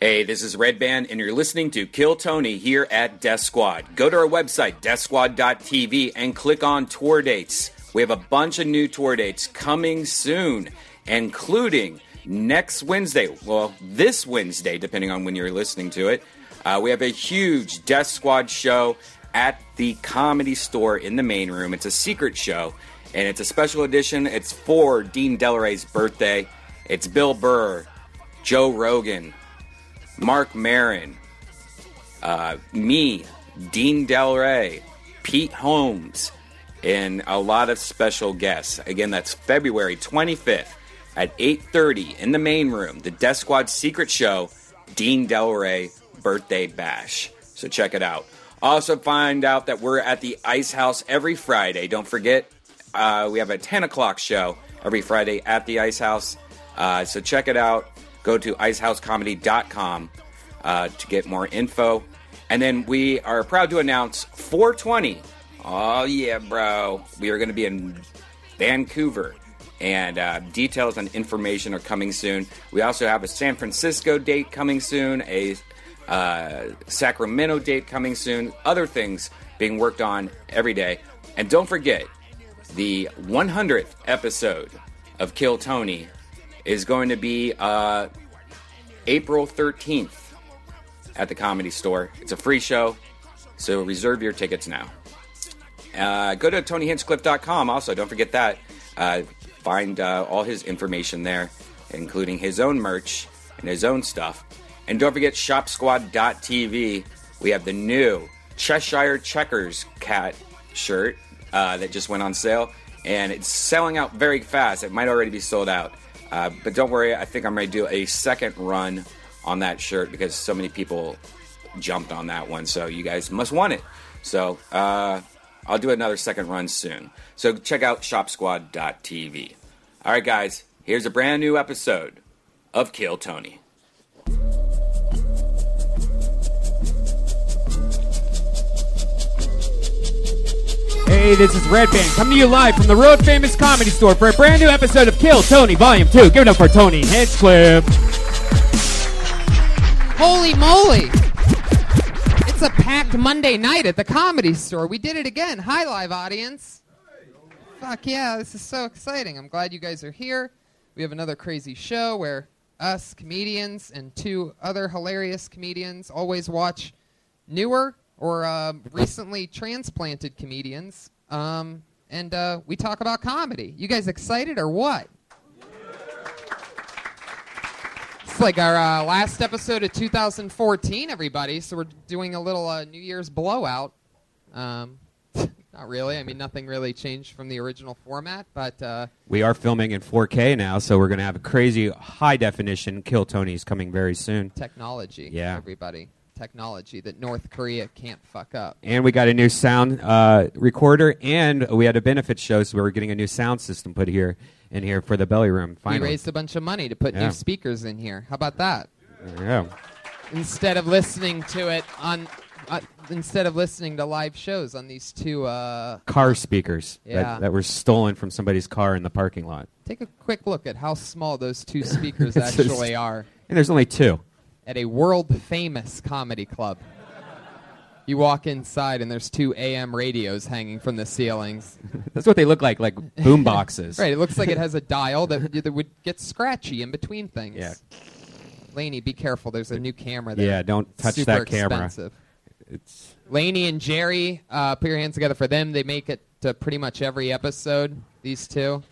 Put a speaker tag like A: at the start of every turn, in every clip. A: Hey, this is Red Band, and you're listening to Kill Tony here at Death Squad. Go to our website, deathsquad.tv, and click on tour dates. We have a bunch of new tour dates coming soon, including next Wednesday. Well, this Wednesday, depending on when you're listening to it. Uh, we have a huge Death Squad show at the comedy store in the main room. It's a secret show, and it's a special edition. It's for Dean Delaray's birthday. It's Bill Burr, Joe Rogan, Mark Marin, uh, me, Dean Del Rey, Pete Holmes, and a lot of special guests. Again, that's February 25th at 8:30 in the main room, the Death Squad Secret Show, Dean Del Rey Birthday Bash. So check it out. Also, find out that we're at the Ice House every Friday. Don't forget, uh, we have a 10 o'clock show every Friday at the Ice House. Uh, so check it out go to icehousecomedy.com uh, to get more info. And then we are proud to announce 420. Oh, yeah, bro. We are going to be in Vancouver. And uh, details and information are coming soon. We also have a San Francisco date coming soon, a uh, Sacramento date coming soon, other things being worked on every day. And don't forget, the 100th episode of Kill Tony is going to be uh, April 13th at the Comedy Store. It's a free show, so reserve your tickets now. Uh, go to TonyHinchcliffe.com also, don't forget that. Uh, find uh, all his information there, including his own merch and his own stuff. And don't forget ShopSquad.tv. We have the new Cheshire Checkers Cat shirt uh, that just went on sale, and it's selling out very fast. It might already be sold out. Uh, but don't worry, I think I'm going to do a second run on that shirt because so many people jumped on that one. So you guys must want it. So uh, I'll do another second run soon. So check out shopsquad.tv. All right, guys, here's a brand new episode of Kill Tony.
B: Hey, this is Red Band coming to you live from the Road Famous Comedy Store for a brand new episode of Kill Tony Volume 2. Give it up for Tony Hinchcliffe.
C: Holy moly! It's a packed Monday night at the comedy store. We did it again. Hi, live audience. Fuck yeah, this is so exciting. I'm glad you guys are here. We have another crazy show where us comedians and two other hilarious comedians always watch newer or uh, recently transplanted comedians. Um, and uh, we talk about comedy. You guys excited or what? It's like our uh, last episode of 2014, everybody. So we're doing a little uh, New Year's blowout. Um, not really. I mean, nothing really changed from the original format, but uh,
B: We are filming in 4K now, so we're going to have a crazy high definition Kill Tony's coming very soon.
C: technology.
B: Yeah.
C: Everybody. Technology that North Korea can't fuck up.
B: And we got a new sound uh, recorder, and we had a benefit show, so we were getting a new sound system put here in here for the belly room.
C: We
B: Finally,
C: raised a bunch of money to put
B: Yeah.
C: new speakers in here. How about that?
B: There you go.
C: Instead of listening to it on, uh, instead of listening to live shows on these two uh,
B: car speakers
C: Yeah.
B: that, that were stolen from somebody's car in the parking lot.
C: Take a quick look at how small those two speakers
B: It's just-
C: actually are
B: And there's only two.
C: at a world famous comedy club. You walk inside and there's two AM radios hanging from the ceilings.
B: That's what they look like, like boom boxes.
C: Right, it looks like it has a dial that, that would get scratchy in between things.
B: Yeah.
C: Laney, be careful. There's a new camera there.
B: Yeah, don't touch
C: Super
B: that camera.
C: Expensive. Laney and Jerry, uh, put your hands together for them. They make it to pretty much every episode, these two.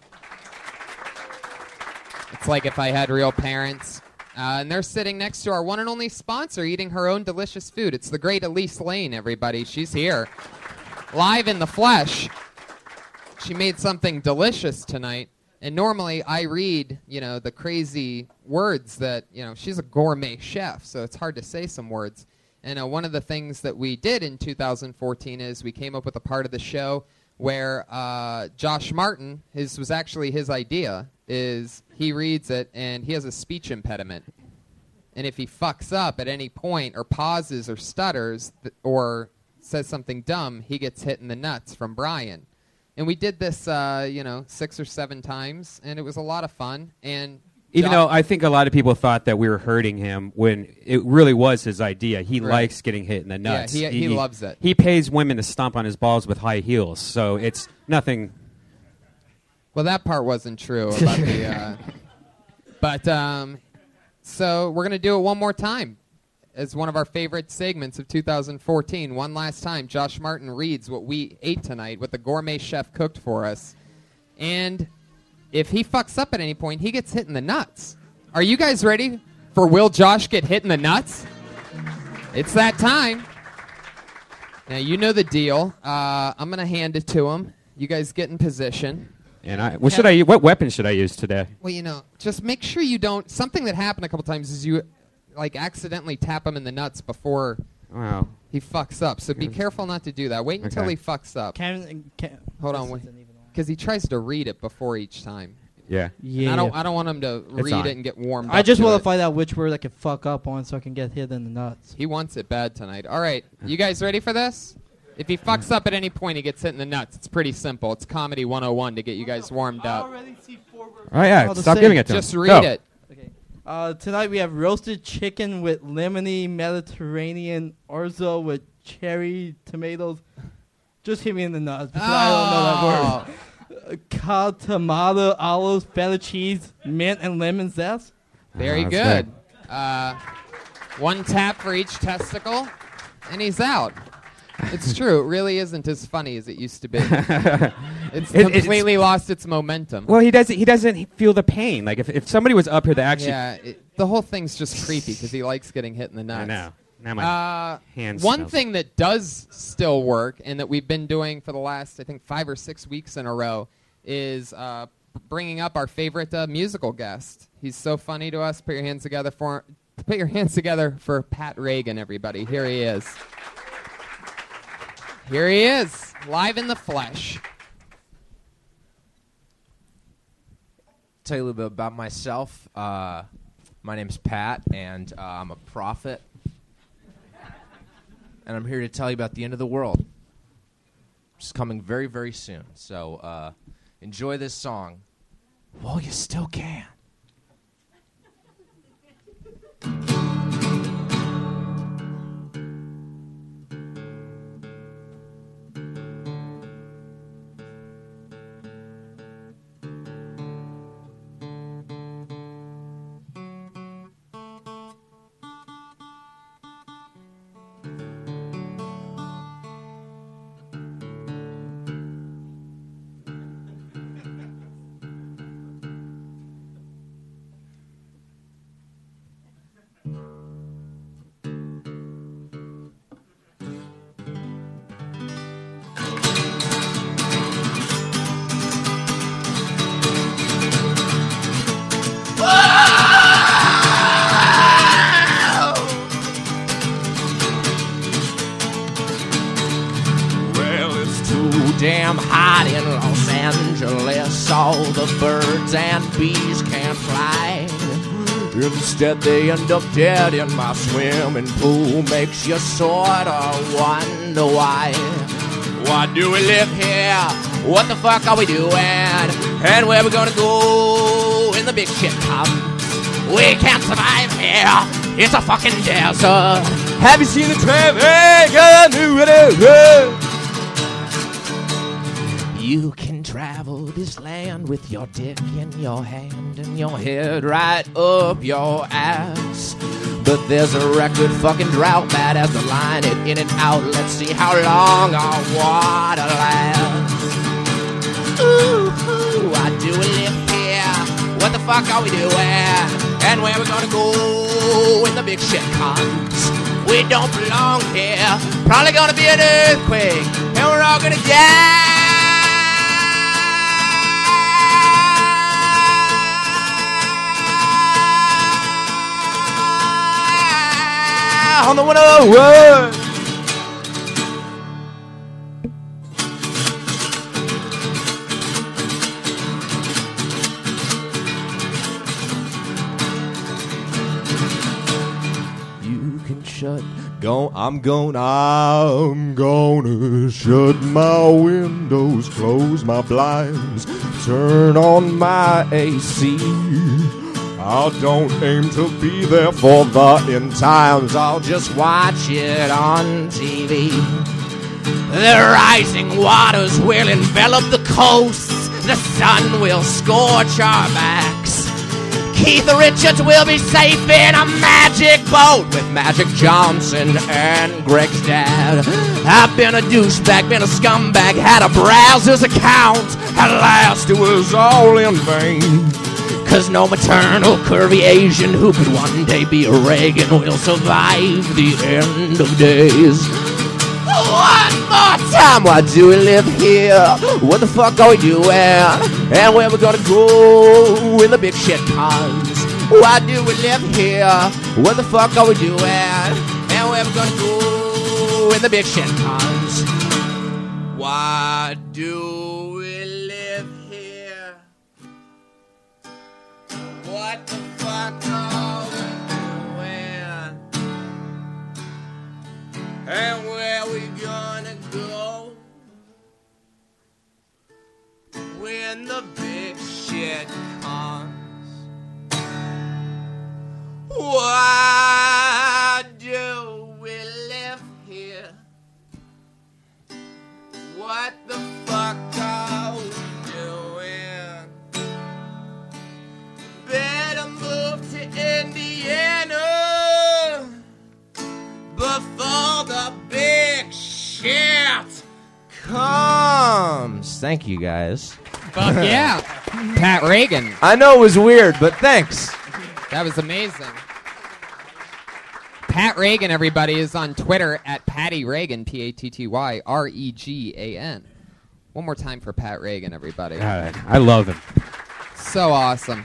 C: It's like if I had real parents. Uh, and they're sitting next to our one and only sponsor, eating her own delicious food. It's the great Elise Lane, everybody. She's here, live in the flesh. She made something delicious tonight. And normally I read, you know, the crazy words that, you know, she's a gourmet chef, so it's hard to say some words. And uh, one of the things that we did in 2014 is we came up with a part of the show where uh, Josh Martin, his was actually his idea, is he reads it and he has a speech impediment. And if he fucks up at any point or pauses or stutters th- or says something dumb, he gets hit in the nuts from Brian. And we did this, uh, you know, six or seven times, and it was a lot of fun. And
B: Even though I think a lot of people thought that we were hurting him when it really was his idea. He
C: Right.
B: likes getting hit in the
C: Yeah,
B: nuts.
C: he- he loves it.
B: He pays women to stomp on his balls with high heels, so it's nothing.
C: Well, that part wasn't true about the. Uh, but um, so we're gonna do it one more time. It's one of our favorite segments of 2014. One last time, Josh Martin reads what we ate tonight, what the gourmet chef cooked for us, and if he fucks up at any point, he gets hit in the nuts. Are you guys ready for will Josh get hit in the nuts? It's that time. Now you know the deal. Uh, I'm gonna hand it to him. You guys get in position.
B: And I, what should I? What weapon should I use today?
C: Well, you know, just make sure you don't. Something that happened a couple times is you, like, accidentally tap him in the nuts before
B: Wow.
C: he fucks up. So be careful not to do that. Wait until
B: Okay.
C: he fucks up.
D: Can, can,
C: Hold on, because he tries to read it before each time.
B: Yeah.
C: And
D: yeah.
C: I don't. I don't want him to
B: It's
C: read
B: on.
C: it and get warmed.
D: I
C: up
D: just
C: to
D: want
C: it.
D: to find out which word I can fuck up on so I can get hit in the nuts.
C: He wants it bad tonight. All right, you guys ready for this? If he fucks up at any point, he gets hit in the nuts. It's pretty simple. It's comedy 101 to get you guys warmed up.
B: All right. Oh, Yeah.
D: All the
B: Stop
D: same.
B: giving it to
C: Just
B: him.
C: read
B: Go.
C: it.
D: Okay. Uh, tonight we have roasted chicken with lemony Mediterranean orzo with cherry tomatoes. Just hit me in the nuts because I
C: Oh.
D: don't know that word. Uh, Cod, tomato, olives, feta cheese, mint, and lemon zest.
C: Very
B: Oh, that's
C: good. Uh, one tap for each testicle, and he's out. It's true. It really isn't as funny as it used to be. it's
B: It- it's-
C: completely lost its momentum.
B: Well, he doesn't. He doesn't feel the pain. Like if, if somebody was up here that actually.
C: yeah, it- the whole thing's just creepy because he likes getting hit in the nuts.
B: I know. Now my
C: Uh,
B: hand
C: one
B: smells.
C: thing that does still work and that we've been doing for the last, I think, five or six weeks in a row is uh, bringing up our favorite uh, musical guest. He's so funny to us. Put your hands together for put your hands together for Pat Reagan, everybody. Here he is. Here he is, live in the flesh.
E: tell you a little bit about myself. Uh, my name's Pat, and uh, I'm a prophet. And I'm here to tell you about the end of the world. It's coming very, very soon. So uh, enjoy this song while you still can. Well, it's too damn hot in Los Angeles. All the birds and bees can't fly. Instead, they end up dead in my swimming pool. Makes you sort of wonder why. Why do we live here? What the fuck are we doing? And where we gonna go when the big shit comes? We can't survive here. It's a fucking desert. Have you seen the traffic? You can travel this land with your dick in your hand and your head right up your ass. But there's a record fucking drought bad as the line it in and out. Let's see how long our water lasts. Ooh, ooh, why do we live here? What the fuck are we doing? And where we gonna go when the big shit comes? We don't belong here. Probably gonna be an earthquake, and we're all gonna die. On the 101. You can shut. Go. I'm gonna. I'm gonna shut my windows, close my blinds, turn on my AC. I don't aim to be there for the end times. I'll just watch it on TV. The rising waters will envelop the coasts. The sun will scorch our backs. Keith Richards will be safe in a magic boat with Magic Johnson and Greg's dad. I've been a douchebag, been a scumbag, had to browse his account. At last, it was all in vain. Cause no maternal curvy Asian who could one day be a Reagan will survive the end of days. One more time, why do we live here? What the fuck are we doing? And where we gonna go when the big shit comes? Why do we live here? What the fuck are we doing? And where we gonna go when the big shit comes? Why do we live here? What the fuck are we doing? And where we gonna go when the big shit comes? Why do we live here? What the fuck are we doing? Better move to Indiana before the big shit comes. Thank you guys.
C: Fuck yeah. Pat Reagan.
E: I know it was weird, but thanks.
C: That was amazing. Pat Reagan, everybody, is on Twitter at Patty Reagan, P A T T Y R E G A N. One more time for Pat Reagan, everybody.
B: God, I love him.
C: So awesome.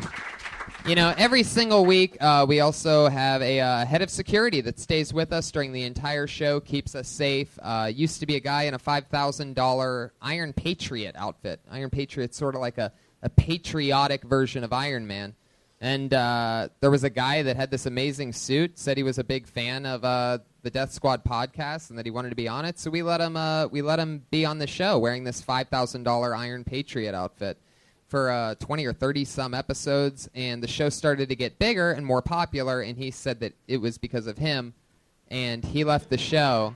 C: You know, every single week, uh, we also have a uh, head of security that stays with us during the entire show, keeps us safe. Uh, used to be a guy in a $5,000 Iron Patriot outfit. Iron Patriot's sort of like a, a patriotic version of Iron Man. And uh, there was a guy that had this amazing suit, said he was a big fan of uh, the Death Squad podcast and that he wanted to be on it. So we let him, uh, we let him be on the show wearing this $5,000 Iron Patriot outfit for uh, 20 or 30 some episodes, and the show started to get bigger and more popular. And he said that it was because of him, and he left the show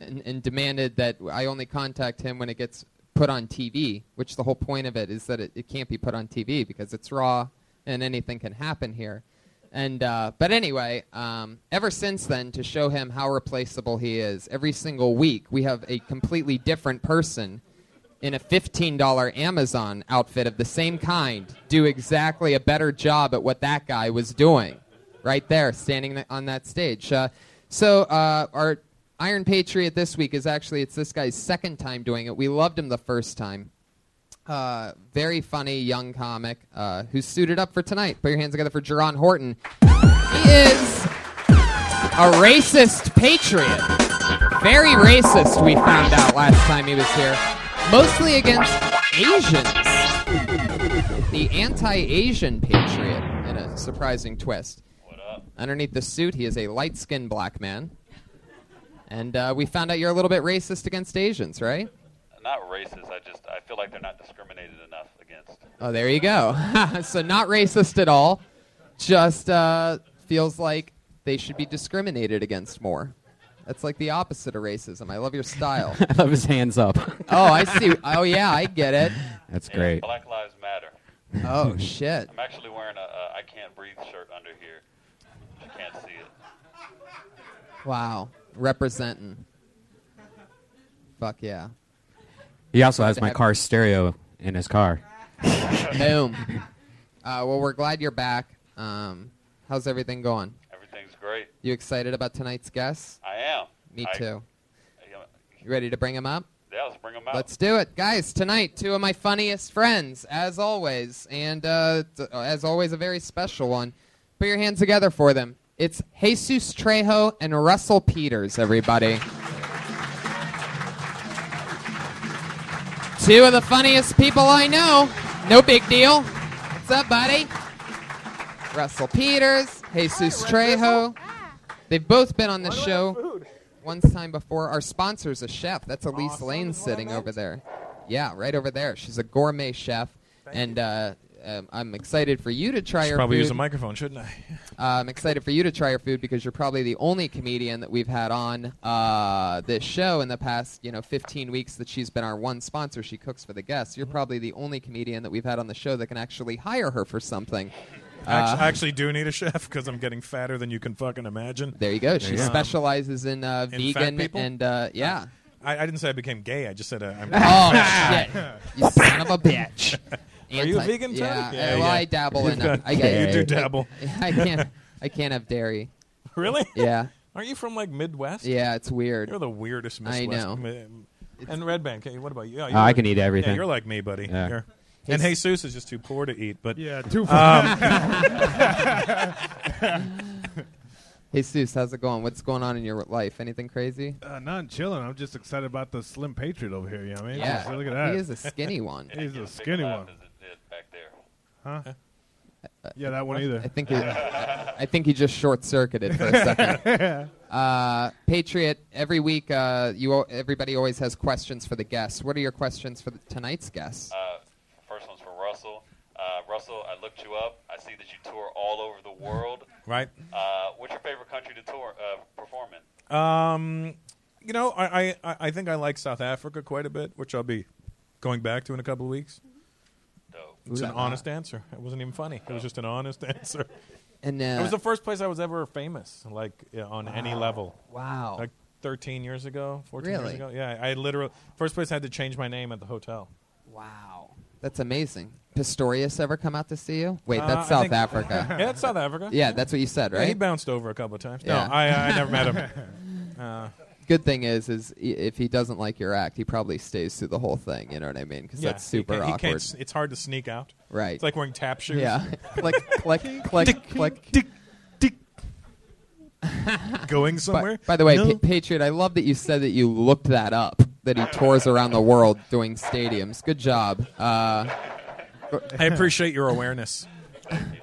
C: and, and demanded that I only contact him when it gets put on TV, which the whole point of it is that it, it can't be put on TV because it's raw and anything can happen here. And uh, but anyway, um, ever since then, to show him how replaceable he is, every single week we have a completely different person in a $15 Amazon outfit of the same kind do exactly a better job at what that guy was doing right there standing th- on that stage. Uh, so uh, our Iron Patriot this week is actually it's this guy's second time doing it. We loved him the first time. Uh, very funny young comic uh, who's suited up for tonight. Put your hands together for Jerron Horton. He is a racist patriot. Very racist, we found out last time he was here. Mostly against Asians. The anti Asian patriot, in a surprising twist. What up? Underneath the suit, he is a light skinned black man. And uh, we found out you're a little bit racist against Asians, right?
F: Not racist. I just I feel like they're not discriminated enough against.
C: Oh, there you go. so not racist at all. Just uh, feels like they should be discriminated against more. That's like the opposite of racism. I love your style.
B: I love his hands up.
C: oh, I see. Oh, yeah, I get it.
B: That's
F: Yeah,
B: great.
F: Black Lives Matter.
C: Oh shit.
F: I'm actually wearing a, a I can't breathe shirt under here. You can't see it.
C: Wow. Representing. Fuck yeah.
B: He also has my car stereo in his car.
C: Boom. Uh, well, we're glad you're back. Um, how's everything going?
F: Everything's great.
C: You excited about tonight's guest?
F: I am.
C: Me
F: I-
C: too.
F: I-
C: You ready to bring him up?
F: yeah, let's bring 'em out.
C: Let's do it, guys. Tonight, two of my funniest friends, as always, and uh, t- as always, a very special one. Put your hands together for them. It's Jesus Trejo and Russell Peters, everybody. two of the funniest people I know. No big deal. What's up, buddy? Russell Peters, Jesus Trejo. They've both been on the show one time before. Our sponsor's a chef. That's Elise Lane sitting over there. Yeah, right over there. She's a gourmet chef. and uh, um, I'm excited for you to try your
G: Probably
C: food.
G: use a microphone, shouldn't I?
C: Uh, I'm excited for you to try your food because you're probably the only comedian that we've had on uh, this show in the past, you know, 15 weeks that she's been our one sponsor. She cooks for the guests.
G: Mm-hmm.
C: You're probably the only comedian that we've had on the show that can actually hire her for something.
G: Actu-
C: Uh,
G: I
C: Uh-huh.
G: actually, do need a chef because I'm getting fatter than you can fucking imagine.
C: There you go. She
G: Um,
C: specializes in, uh,
G: in fat
C: vegan
G: people?
C: and uh, yeah.
G: I, I didn't say I became gay. I just said uh, I'm.
C: Oh shit! You son of a bitch.
G: Are you a
C: Anti-
G: vegan, Tony?
C: Yeah.
G: Yeah,
C: uh, well,
G: yeah.
C: I dabble in.
G: You've got-
C: I,
G: yeah,
C: I,
G: you do dabble.
C: I, I can't. I can't have dairy.
G: really?
C: Yeah.
G: Aren't you from like Midwest?
C: Yeah. It's weird.
G: You're the weirdest Midwest.
C: I know.
G: mi- And Red Band, can you- what about you? Yeah,
B: Uh, I can eat
G: Yeah,
B: everything.
G: you're like me, buddy.
B: Yeah.
G: You're- and Jesus is just too poor to eat. But
H: Yeah, too
G: um,
C: Hey, Seuss, how's it going? What's going on in your life? Anything crazy?
H: Uh, not chilling. I'm just excited about the slim patriot over here. You know what I mean? Just look at that.
C: He is a skinny one.
H: He's
F: Get
H: a
F: big
H: skinny
F: laugh
H: one.
F: as it did back there.
H: Yeah, that one
C: I
H: either.
C: think. He, I think he just short circuited for a second. Uh, Patriot, every week, uh, you al- everybody always has questions for the guests. What are your questions for the, tonight's guests?
F: Uh, first one's for Russell. Uh, Russell, I looked you up. I see that you tour all over the world.
G: right.
F: Uh, what's your favorite country to tour uh, perform in?
G: Um, you know, I, I, I I think I like South Africa quite a bit, which I'll be going back to in a couple of weeks.
F: Dope.
G: It's an
C: la la.
G: honest answer. It wasn't even funny. It was just an honest answer.
C: and uh,
G: It was the first place I was ever famous, like yeah, on any level.
C: wow,
G: Like 13 years ago, 14
C: Really?
G: years ago. Yeah, I literally first place I had to change my name at the hotel.
C: wow, that's amazing. Pistorius ever come out to see you? Wait,
G: Uh,
C: that's
G: I
C: South
G: think-
C: Africa.
G: Yeah, it's South Africa.
C: yeah, that's what you said,
G: Yeah, he
C: right?
G: bounced over a couple of times.
C: Yeah.
G: No, I, I never met him.
C: Good thing is, is i- if he doesn't like your act, he probably stays through the whole thing. You know what I mean? Because
G: Yeah,
C: that's super
G: he can't,
C: awkward.
G: He can't, s- it's hard to sneak out.
C: right.
G: It's like wearing tap shoes.
C: yeah. click, click, click, click.
G: Going somewhere.
C: By, by the way,
G: No.
C: Pa- Patriot, I love that you said that you looked that up. That he tours around the world doing stadiums. Good job. Uh,
G: I appreciate your awareness.
F: Thank you.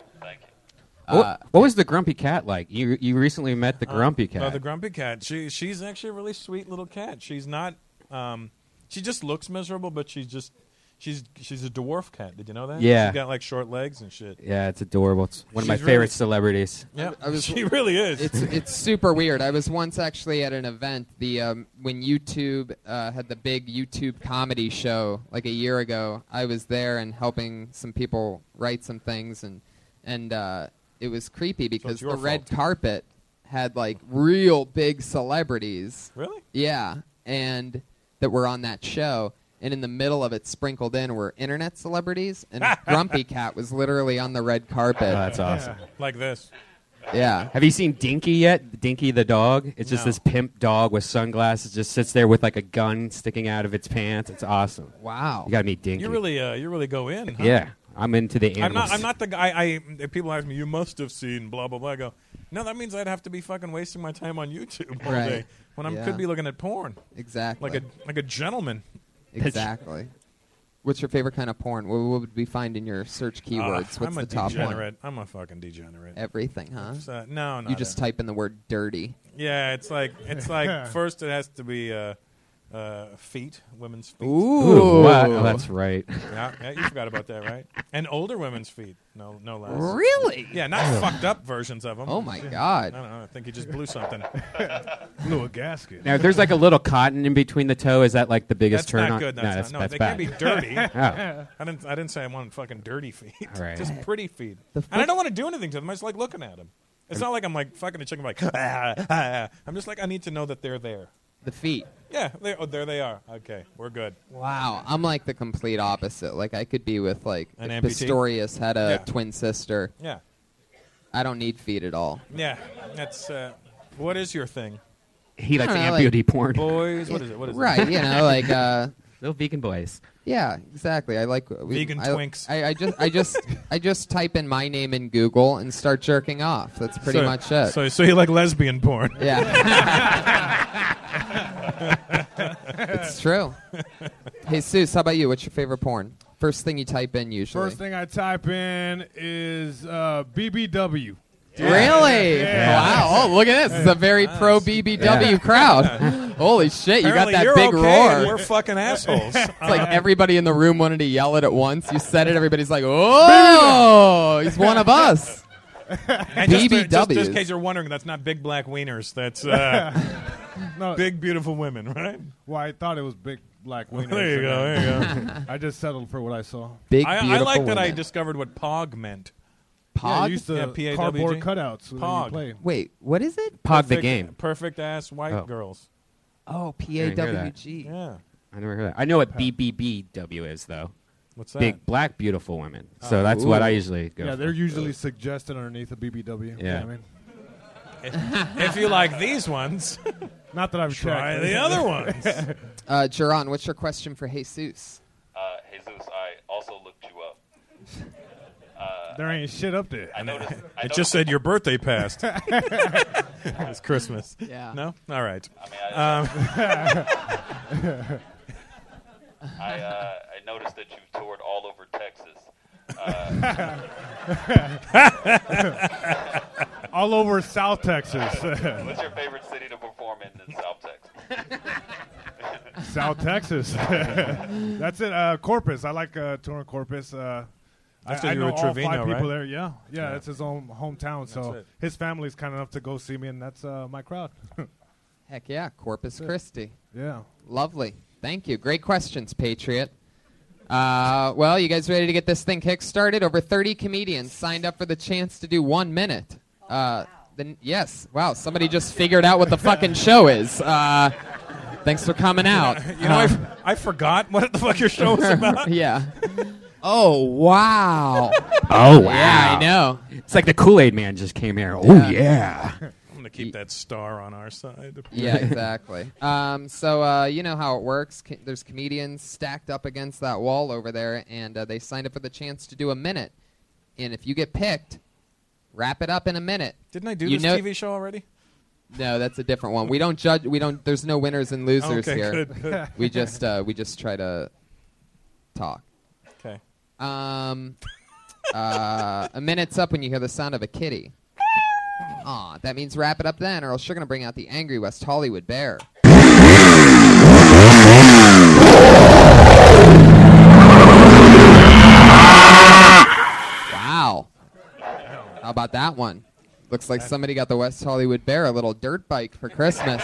C: Uh,
B: what, what was the grumpy cat like? You you recently met the grumpy cat.
G: Oh, the grumpy cat. She she's actually a really sweet little cat. She's not. Um, she just looks miserable, but she's just she's she's a dwarf cat. Did you know that?
B: Yeah.
G: She's got like short legs and shit.
B: yeah, it's adorable. It's one of my
G: She's really-
B: favorite celebrities.
G: Yeah,
C: I was-
G: she really is.
C: it's it's super weird. I was once actually at an event the um, when YouTube uh, had the big YouTube comedy show like a year ago. I was there and helping some people write some things and and uh, it was creepy because the
G: your
C: red
G: fault.
C: carpet had like real big celebrities
G: really.
C: Yeah, and that were on that show. And in the middle of it, sprinkled in were internet celebrities, and Grumpy Cat was literally on the red
B: Oh,
C: carpet.
B: that's awesome.
G: Like this.
C: Yeah,
B: Have you seen Dinky yet? Dinky the dog. It's just
G: No.
B: this pimp dog with sunglasses. Just sits there with like a gun sticking out of its pants. It's awesome.
C: wow.
B: You got me, Dinky.
G: You really uh, you really go in. Huh?
B: Yeah, I'm into the
G: I'm
B: animals.
G: not. I'm not the guy. I if people ask me, you must have seen blah blah blah. I go, no, that means I'd have to be fucking wasting my time on YouTube all
C: Right.
G: day when I
C: Yeah.
G: could be looking at porn
C: exactly.
G: like a like a gentleman.
C: exactly. What's your favorite kind of porn? What, what would we find in your search
G: Ah,
C: keywords? What's
G: I'm a
C: the top one?
G: degenerate. I'm a fucking degenerate.
C: Everything, huh?
G: It's, uh, no, no.
C: You just type in the word "dirty."
G: Yeah, it's like it's like first it has to be uh, uh, feet, women's feet.
B: Ooh, what? Oh, that's right.
G: Yeah, yeah, you forgot about that, right? And older women's feet. No, no less.
C: really?
G: Yeah, not fucked up versions of them.
C: Oh my
G: I
C: god.
G: don't know. I think you just blew something.
H: Blew a gasket.
B: Now, if there's like a little cotton in between the toe, is that like the biggest
G: That's
B: turn
G: not
B: on?
G: good.
B: No,
G: That's
B: that's,
G: not. No,
B: that's
G: they can't
B: bad.
G: be dirty. I
B: Oh,
G: didn't. I didn't say I wanted fucking dirty feet.
B: All right.
G: Just pretty feet.
C: The
G: and I
C: foot-
G: don't want to do anything to them. I just like looking at them. It's not like I'm like fucking a chicken. Like ah, ah, ah. I'm just like I need to know that they're there.
C: The feet.
G: Yeah. They, oh, there they are. Okay, we're good.
C: Wow, I'm like the complete opposite. Like I could be with like
G: An
C: if
G: amputee?
C: Pistorius had a
G: Yeah.
C: twin sister.
G: Yeah.
C: I don't need feet at all.
G: Yeah, that's uh, what is your thing,
B: he likes
C: I don't know,
B: amputee porn.
G: boys? What is it? What is
C: right, you know, like uh
B: Little vegan boys.
C: yeah, exactly. I like we,
G: Vegan
C: I,
G: twinks.
C: I, I just I just I just type in my name in Google and start jerking off. That's
G: it?
C: pretty
G: So-
C: much it.
G: So, so you like lesbian porn?
C: yeah. it's true. Hey Seuss, how about you? What's your favorite porn? First thing you type in usually.
H: First thing I type in is uh, BBW.
C: Oh, Really? Wow. Oh, look at this. It's a very pro BBW crowd. Holy shit, you got
G: Apparently
C: that
G: you're
C: big
G: okay and
C: roar.
G: we're fucking assholes.
C: It's like everybody in the room wanted to yell it at once. You said it, everybody's like, oh, he's one of us.
G: And just, to- just, just
C: BBWs.
G: in case you're wondering, that's not big black wieners. That's uh,
H: No,
G: big beautiful women, right?
H: Well, I thought it was big black wiener.
G: There you go. There you go.
H: I just settled for what I saw.
C: Big,
G: I, I
C: beautiful
G: like that I
C: women.
G: discovered what pog meant.
H: Yeah, I
C: Pog?
H: used
G: Yeah,
H: to
G: P A W G.
H: cardboard cutouts when
G: Pog.
H: you play.
C: Wait, what is it?
G: perfect, Perfect ass white
B: Oh.
G: girls.
C: Oh, P
B: hear
C: A
B: that.
C: W G.
G: Yeah.
B: I never heard that. I know what BBBW is though.
G: What's that? Oh.
B: Big black beautiful women. So that's what I usually go.
H: Uh, Yeah,
B: for.
H: they're usually suggested underneath a BBW. you know
B: Yeah.
H: what I mean,
G: if you like these ones,
H: not that I've
G: try
H: checked.
G: the other ones.
C: Uh, Jerron, what's your question for Jesus?
F: Uh, Jesus, I also looked you up. Uh,
H: There ain't shit up there.
F: I noticed. I
G: It just
F: noticed-
G: said your birthday passed. it's Christmas.
C: Yeah.
G: No? All right.
F: I mean, I,
G: Um,
F: I, uh, I noticed that you toured all over Texas. Uh,
H: All over South Texas.
F: What's your favorite city to perform in in South Texas?
H: South Texas. That's it. Uh, Corpus. I like uh, touring Corpus. Uh, I,
G: After
H: I
G: you
H: know
G: were
H: all
G: Trevino,
H: five people
G: right?
H: there. Yeah. yeah, It's his own hometown, so
G: That's it.
H: his family's kind enough to go see me, and that's uh, my crowd.
C: Heck yeah, Corpus Christi.
H: yeah.
C: Lovely. Thank you. Great questions, Patriot. Uh, well, you guys ready to get this thing kick-started? Over 30 comedians signed up for the chance to do one minute. Uh, then yes, wow, somebody just figured out what the fucking show is. Uh, thanks for coming out. Uh,
G: you know, I, I forgot what the fuck your show was about.
C: yeah. Oh wow.
B: Oh wow!
C: Yeah, I know.
B: It's like the Kool Aid Man just came here. Oh yeah!
G: I'm going to keep that star on our side.
C: Yeah, exactly. um, so uh, you know how it works. Co- there's comedians stacked up against that wall over there, and uh, they signed up for the chance to do a minute. And if you get picked, wrap it up in a minute.
G: Didn't I do
C: You
G: this
C: know-
G: TV show already?
C: No, that's a different one. We don't judge. We don't. There's no winners and losers
G: okay,
C: here.
G: good, good.
C: We just uh, we just try to talk.
G: Okay.
C: Um, uh, a minute's up when you hear the sound of a kitty. Aw, that means wrap it up then, or else you're gonna bring out the angry West Hollywood bear. Wow. How about that one? Looks like somebody got the West Hollywood bear a little dirt bike for Christmas.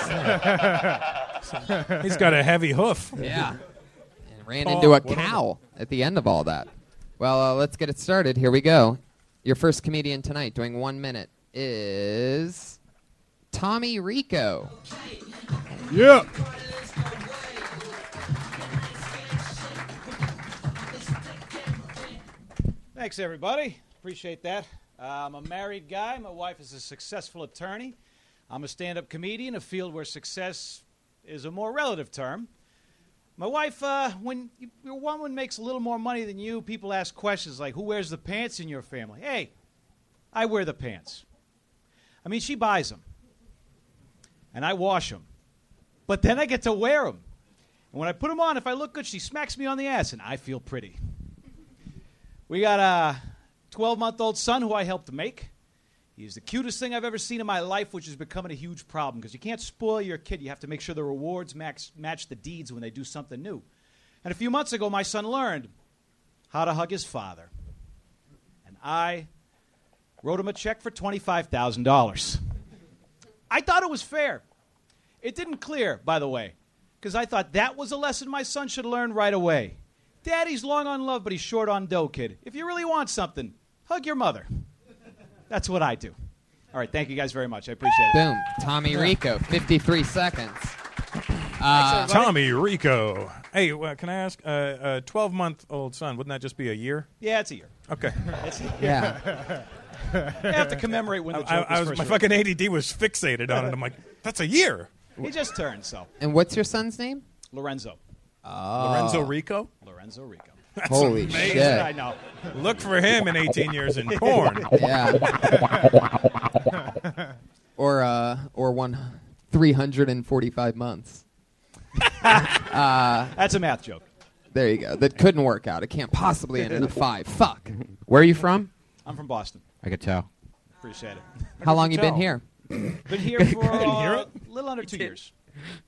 G: He's got a heavy hoof.
C: Yeah. And ran
G: Paw,
C: into a
G: whatever.
C: cow at the end of all that. Well, uh, let's get it started. Here we go. Your first comedian tonight doing one minute is Tommy Rico.
H: Yeah.
I: Thanks, everybody. Appreciate that. Uh, I'm a married guy. My wife is a successful attorney. I'm a stand up comedian, a field where success is a more relative term. My wife, uh, when you- your woman makes a little more money than you, people ask questions like, Who wears the pants in your family? Hey, I wear the pants. I mean, she buys them, and I wash them. But then I get to wear them. And when I put them on, if I look good, she smacks me on the ass, and I feel pretty. We got a 12 month old son who I helped make. He's the cutest thing I've ever seen in my life, which is becoming a huge problem because you can't spoil your kid. You have to make sure the rewards max, match the deeds when they do something new. And a few months ago, my son learned how to hug his father. And I wrote him a check for $25,000. I thought it was fair. It didn't clear, by the way, because I thought that was a lesson my son should learn right away. Daddy's long on love, but he's short on dough, kid. If you really want something, hug your mother. That's what I do. All right, thank you guys very much. I appreciate it.
C: Boom. Tommy Rico, 53 seconds. Uh,
G: Tommy Rico. Hey, well, can I ask? uh, A 12 month old son, wouldn't that just be a year?
I: Yeah, it's a year.
G: Okay.
I: It's a year.
C: Yeah.
I: I have to commemorate when the joke
G: I, I
I: was
G: was,
I: first
G: my
I: written.
G: fucking ADD was fixated on it. I'm like, that's a year.
I: He just turned, so
C: And what's your son's name?
I: Lorenzo.
G: Lorenzo Rico?
I: Lorenzo Rico.
C: Oh. Holy
I: I
C: shit.
I: know.
G: Look for him in 18 years in porn.
C: Yeah. or uh or one 345 months. Uh,
I: That's a math joke.
C: There you go. That couldn't work out. It can't possibly end in a 5. Fuck. Where are you from?
I: I'm from Boston.
B: I could tell.
I: Appreciate it.
C: How long you been
G: tell.
C: here?
I: Been here for uh, a little under two years.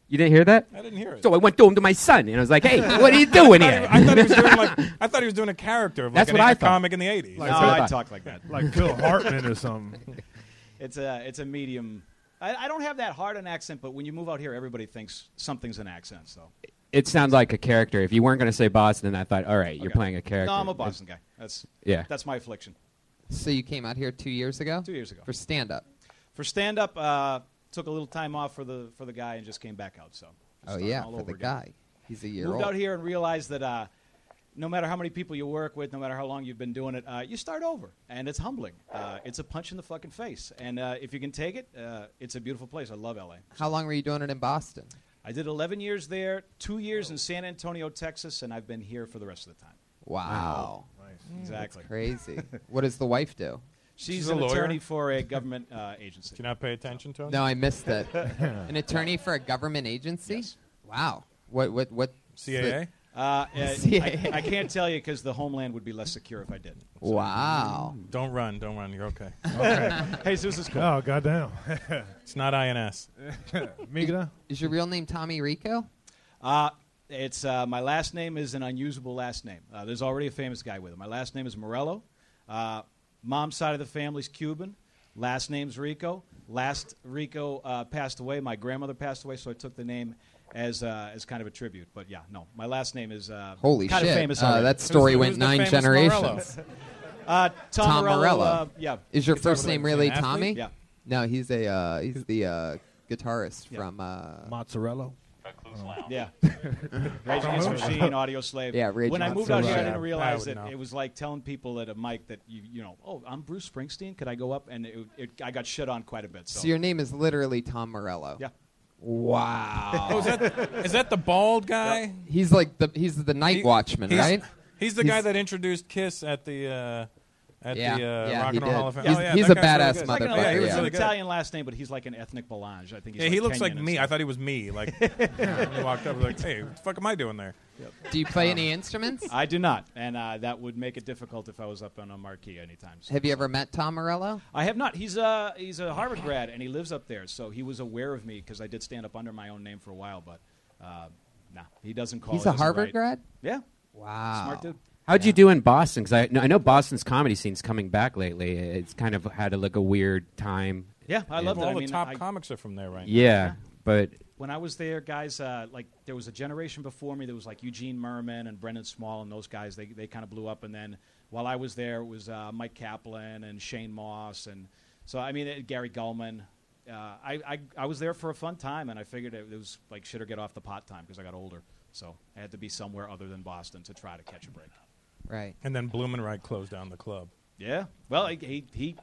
B: You didn't hear that?
G: I didn't hear it.
B: So I went to him to my son, and I was like, "Hey, what are you doing
G: I
B: here?"
G: thought, he, I thought he was doing like I thought he was doing a character of like
B: That's
G: an
B: what I
G: a
B: thought.
G: comic in the eighties.
H: Like
I: no,
H: Phil-
C: uh,
I: I talk like that.
H: like Phil Hartman or something.
I: It's a it's a medium. I, I don't have that hard an accent, but when you move out here, everybody thinks something's an accent. So
B: it sounds like a character. If you weren't going to say Boston, I thought, all right, you're
I: Okay.
B: playing a character.
I: no, I'm a Boston guy. That's
B: Yeah.
I: That's my affliction.
C: So you came out here two years ago?
I: Two years ago.
C: For stand up.
I: For stand up, uh, took a little time off for the for the guy and just came back out. So just
C: Oh,
I: starting
C: yeah,
I: all
C: for
I: over
C: the
I: again.
C: guy. He's a year
I: moved
C: old.
I: out here and realized that uh, no matter how many people you work with, no matter how long you've been doing it, uh, you start over, and it's humbling. Uh, it's a punch in the fucking face, and uh, if you can take it, uh, it's a beautiful place. I love LA.
C: How long were you doing it in Boston?
I: I did 11 years there, two years in San Antonio, Texas, and I've been here for the rest of the time.
C: Wow. Mm,
I: Exactly.
C: Crazy. what does the wife do?
I: She's,
G: She's a
I: an
G: lawyer.
I: attorney for a government uh, agency.
G: Do you not pay attention to him?
C: No, I missed that. An attorney for a government agency?
I: Yes.
C: Wow. What what what
G: CAA.
I: Uh, uh, I,
C: CIA.
I: I can't tell you because the homeland would be less secure if I did.
C: Wow.
G: Don't run, don't run. You're okay.
I: Hey, Zeus is cool.
H: Oh goddamn,
G: It's not INS.
H: Migda.
C: Is your real name Tommy Rico?
I: Uh, it's uh, my last name is an unusable last name. Uh, there's already a famous guy with it. My last name is Morello. Uh, mom's side of the family's Cuban. Last name's Rico. Last Rico uh, passed away. My grandmother passed away, so I took the name as uh, as kind of a tribute. But yeah, no, my last name is uh,
C: Holy
I: kind
C: shit.
I: Of famous
C: Uh,
I: already.
C: that story
G: Who's-
C: went
G: who's the
C: nine
G: famous
C: generations.
I: uh, Tom,
C: Tom
I: Morello.
C: Morello.
I: Uh, yeah,
C: Is your
G: Guitar
C: first
G: player.
C: name really
G: An athlete?
C: Tommy?
I: Yeah.
C: No, he's a uh, he's the uh, guitarist from uh,
H: Mozzarella.
F: Recluse Lounge.
I: Yeah. Rage Against the Machine, Audio Slave.
C: Yeah, Rage
I: When I moved
C: Against the
I: out here, I
C: Machine.
I: didn't realize
G: I would
I: that
G: know.
I: it was like telling people at a mic that you, you know, oh, I'm Bruce Springsteen. Could I go up? And it, it, I got shit on quite a bit. So,
C: So your name is literally Tom Morello.
I: yeah,
C: Wow.
G: Oh, is that is that the bald guy?
C: He's like the he's the night
G: He-
C: watchman,
G: he's-
C: right?
G: He's the guy
C: He's-
G: that introduced Kiss at the uh, at
C: Yeah,
G: the uh,
C: yeah,
G: Rock
C: he
G: and Roll
C: did.
G: Hall of Fame.
C: He's-
G: oh, yeah,
C: he's
G: that
C: a
G: guy's
C: badass
G: really good.
I: Like an,
C: motherfucker,
G: Yeah, he was
C: yeah.
I: an
G: really good.
I: Italian last name, but he's like an ethnic Belange. I think he's
G: Yeah,
I: like
G: he looks
I: Kenyan
G: like
I: and
G: me. I
I: stuff.
G: thought he was me. Like when he walked up, I was like, "Hey, what the fuck am I doing there?"
C: Do you play any instruments?
I: I do not, and uh, that would make it difficult if I was up on a marquee anytime. soon.
C: Have you ever met Tom Morello?
I: I have not. He's a he's a Harvard grad, and he lives up there, so he was aware of me because I did stand up under my own name for a while. But uh, nah, he doesn't call.
C: He's
I: it,
C: a
I: doesn't
C: Harvard
I: write.
C: grad?
I: Yeah,
C: Wow.
I: smart dude.
B: How'd you do in Boston? Because I, know- I know Boston's comedy scene's coming back lately. It's kind of had a, like a weird time.
I: Yeah, I love
G: All
I: that. I
G: the
I: mean,
G: top
I: I-
G: comics are from there, right? now.
B: Yeah, but
I: when I was there, guys, uh, like there was a generation before me. There was like Eugene Merman and Brendan Small and those guys. They they kind of blew up. And then while I was there, it was uh, Mike Kaplan and Shane Moss and so I mean uh, Gary Gulman. Uh, I, I I was there for a fun time, and I figured it, it was like shit or get off the pot time because I got older. So I had to be somewhere other than Boston to try to catch a break.
C: Right.
G: And then Blumenrad closed down the club.
I: Yeah. Well, he he he,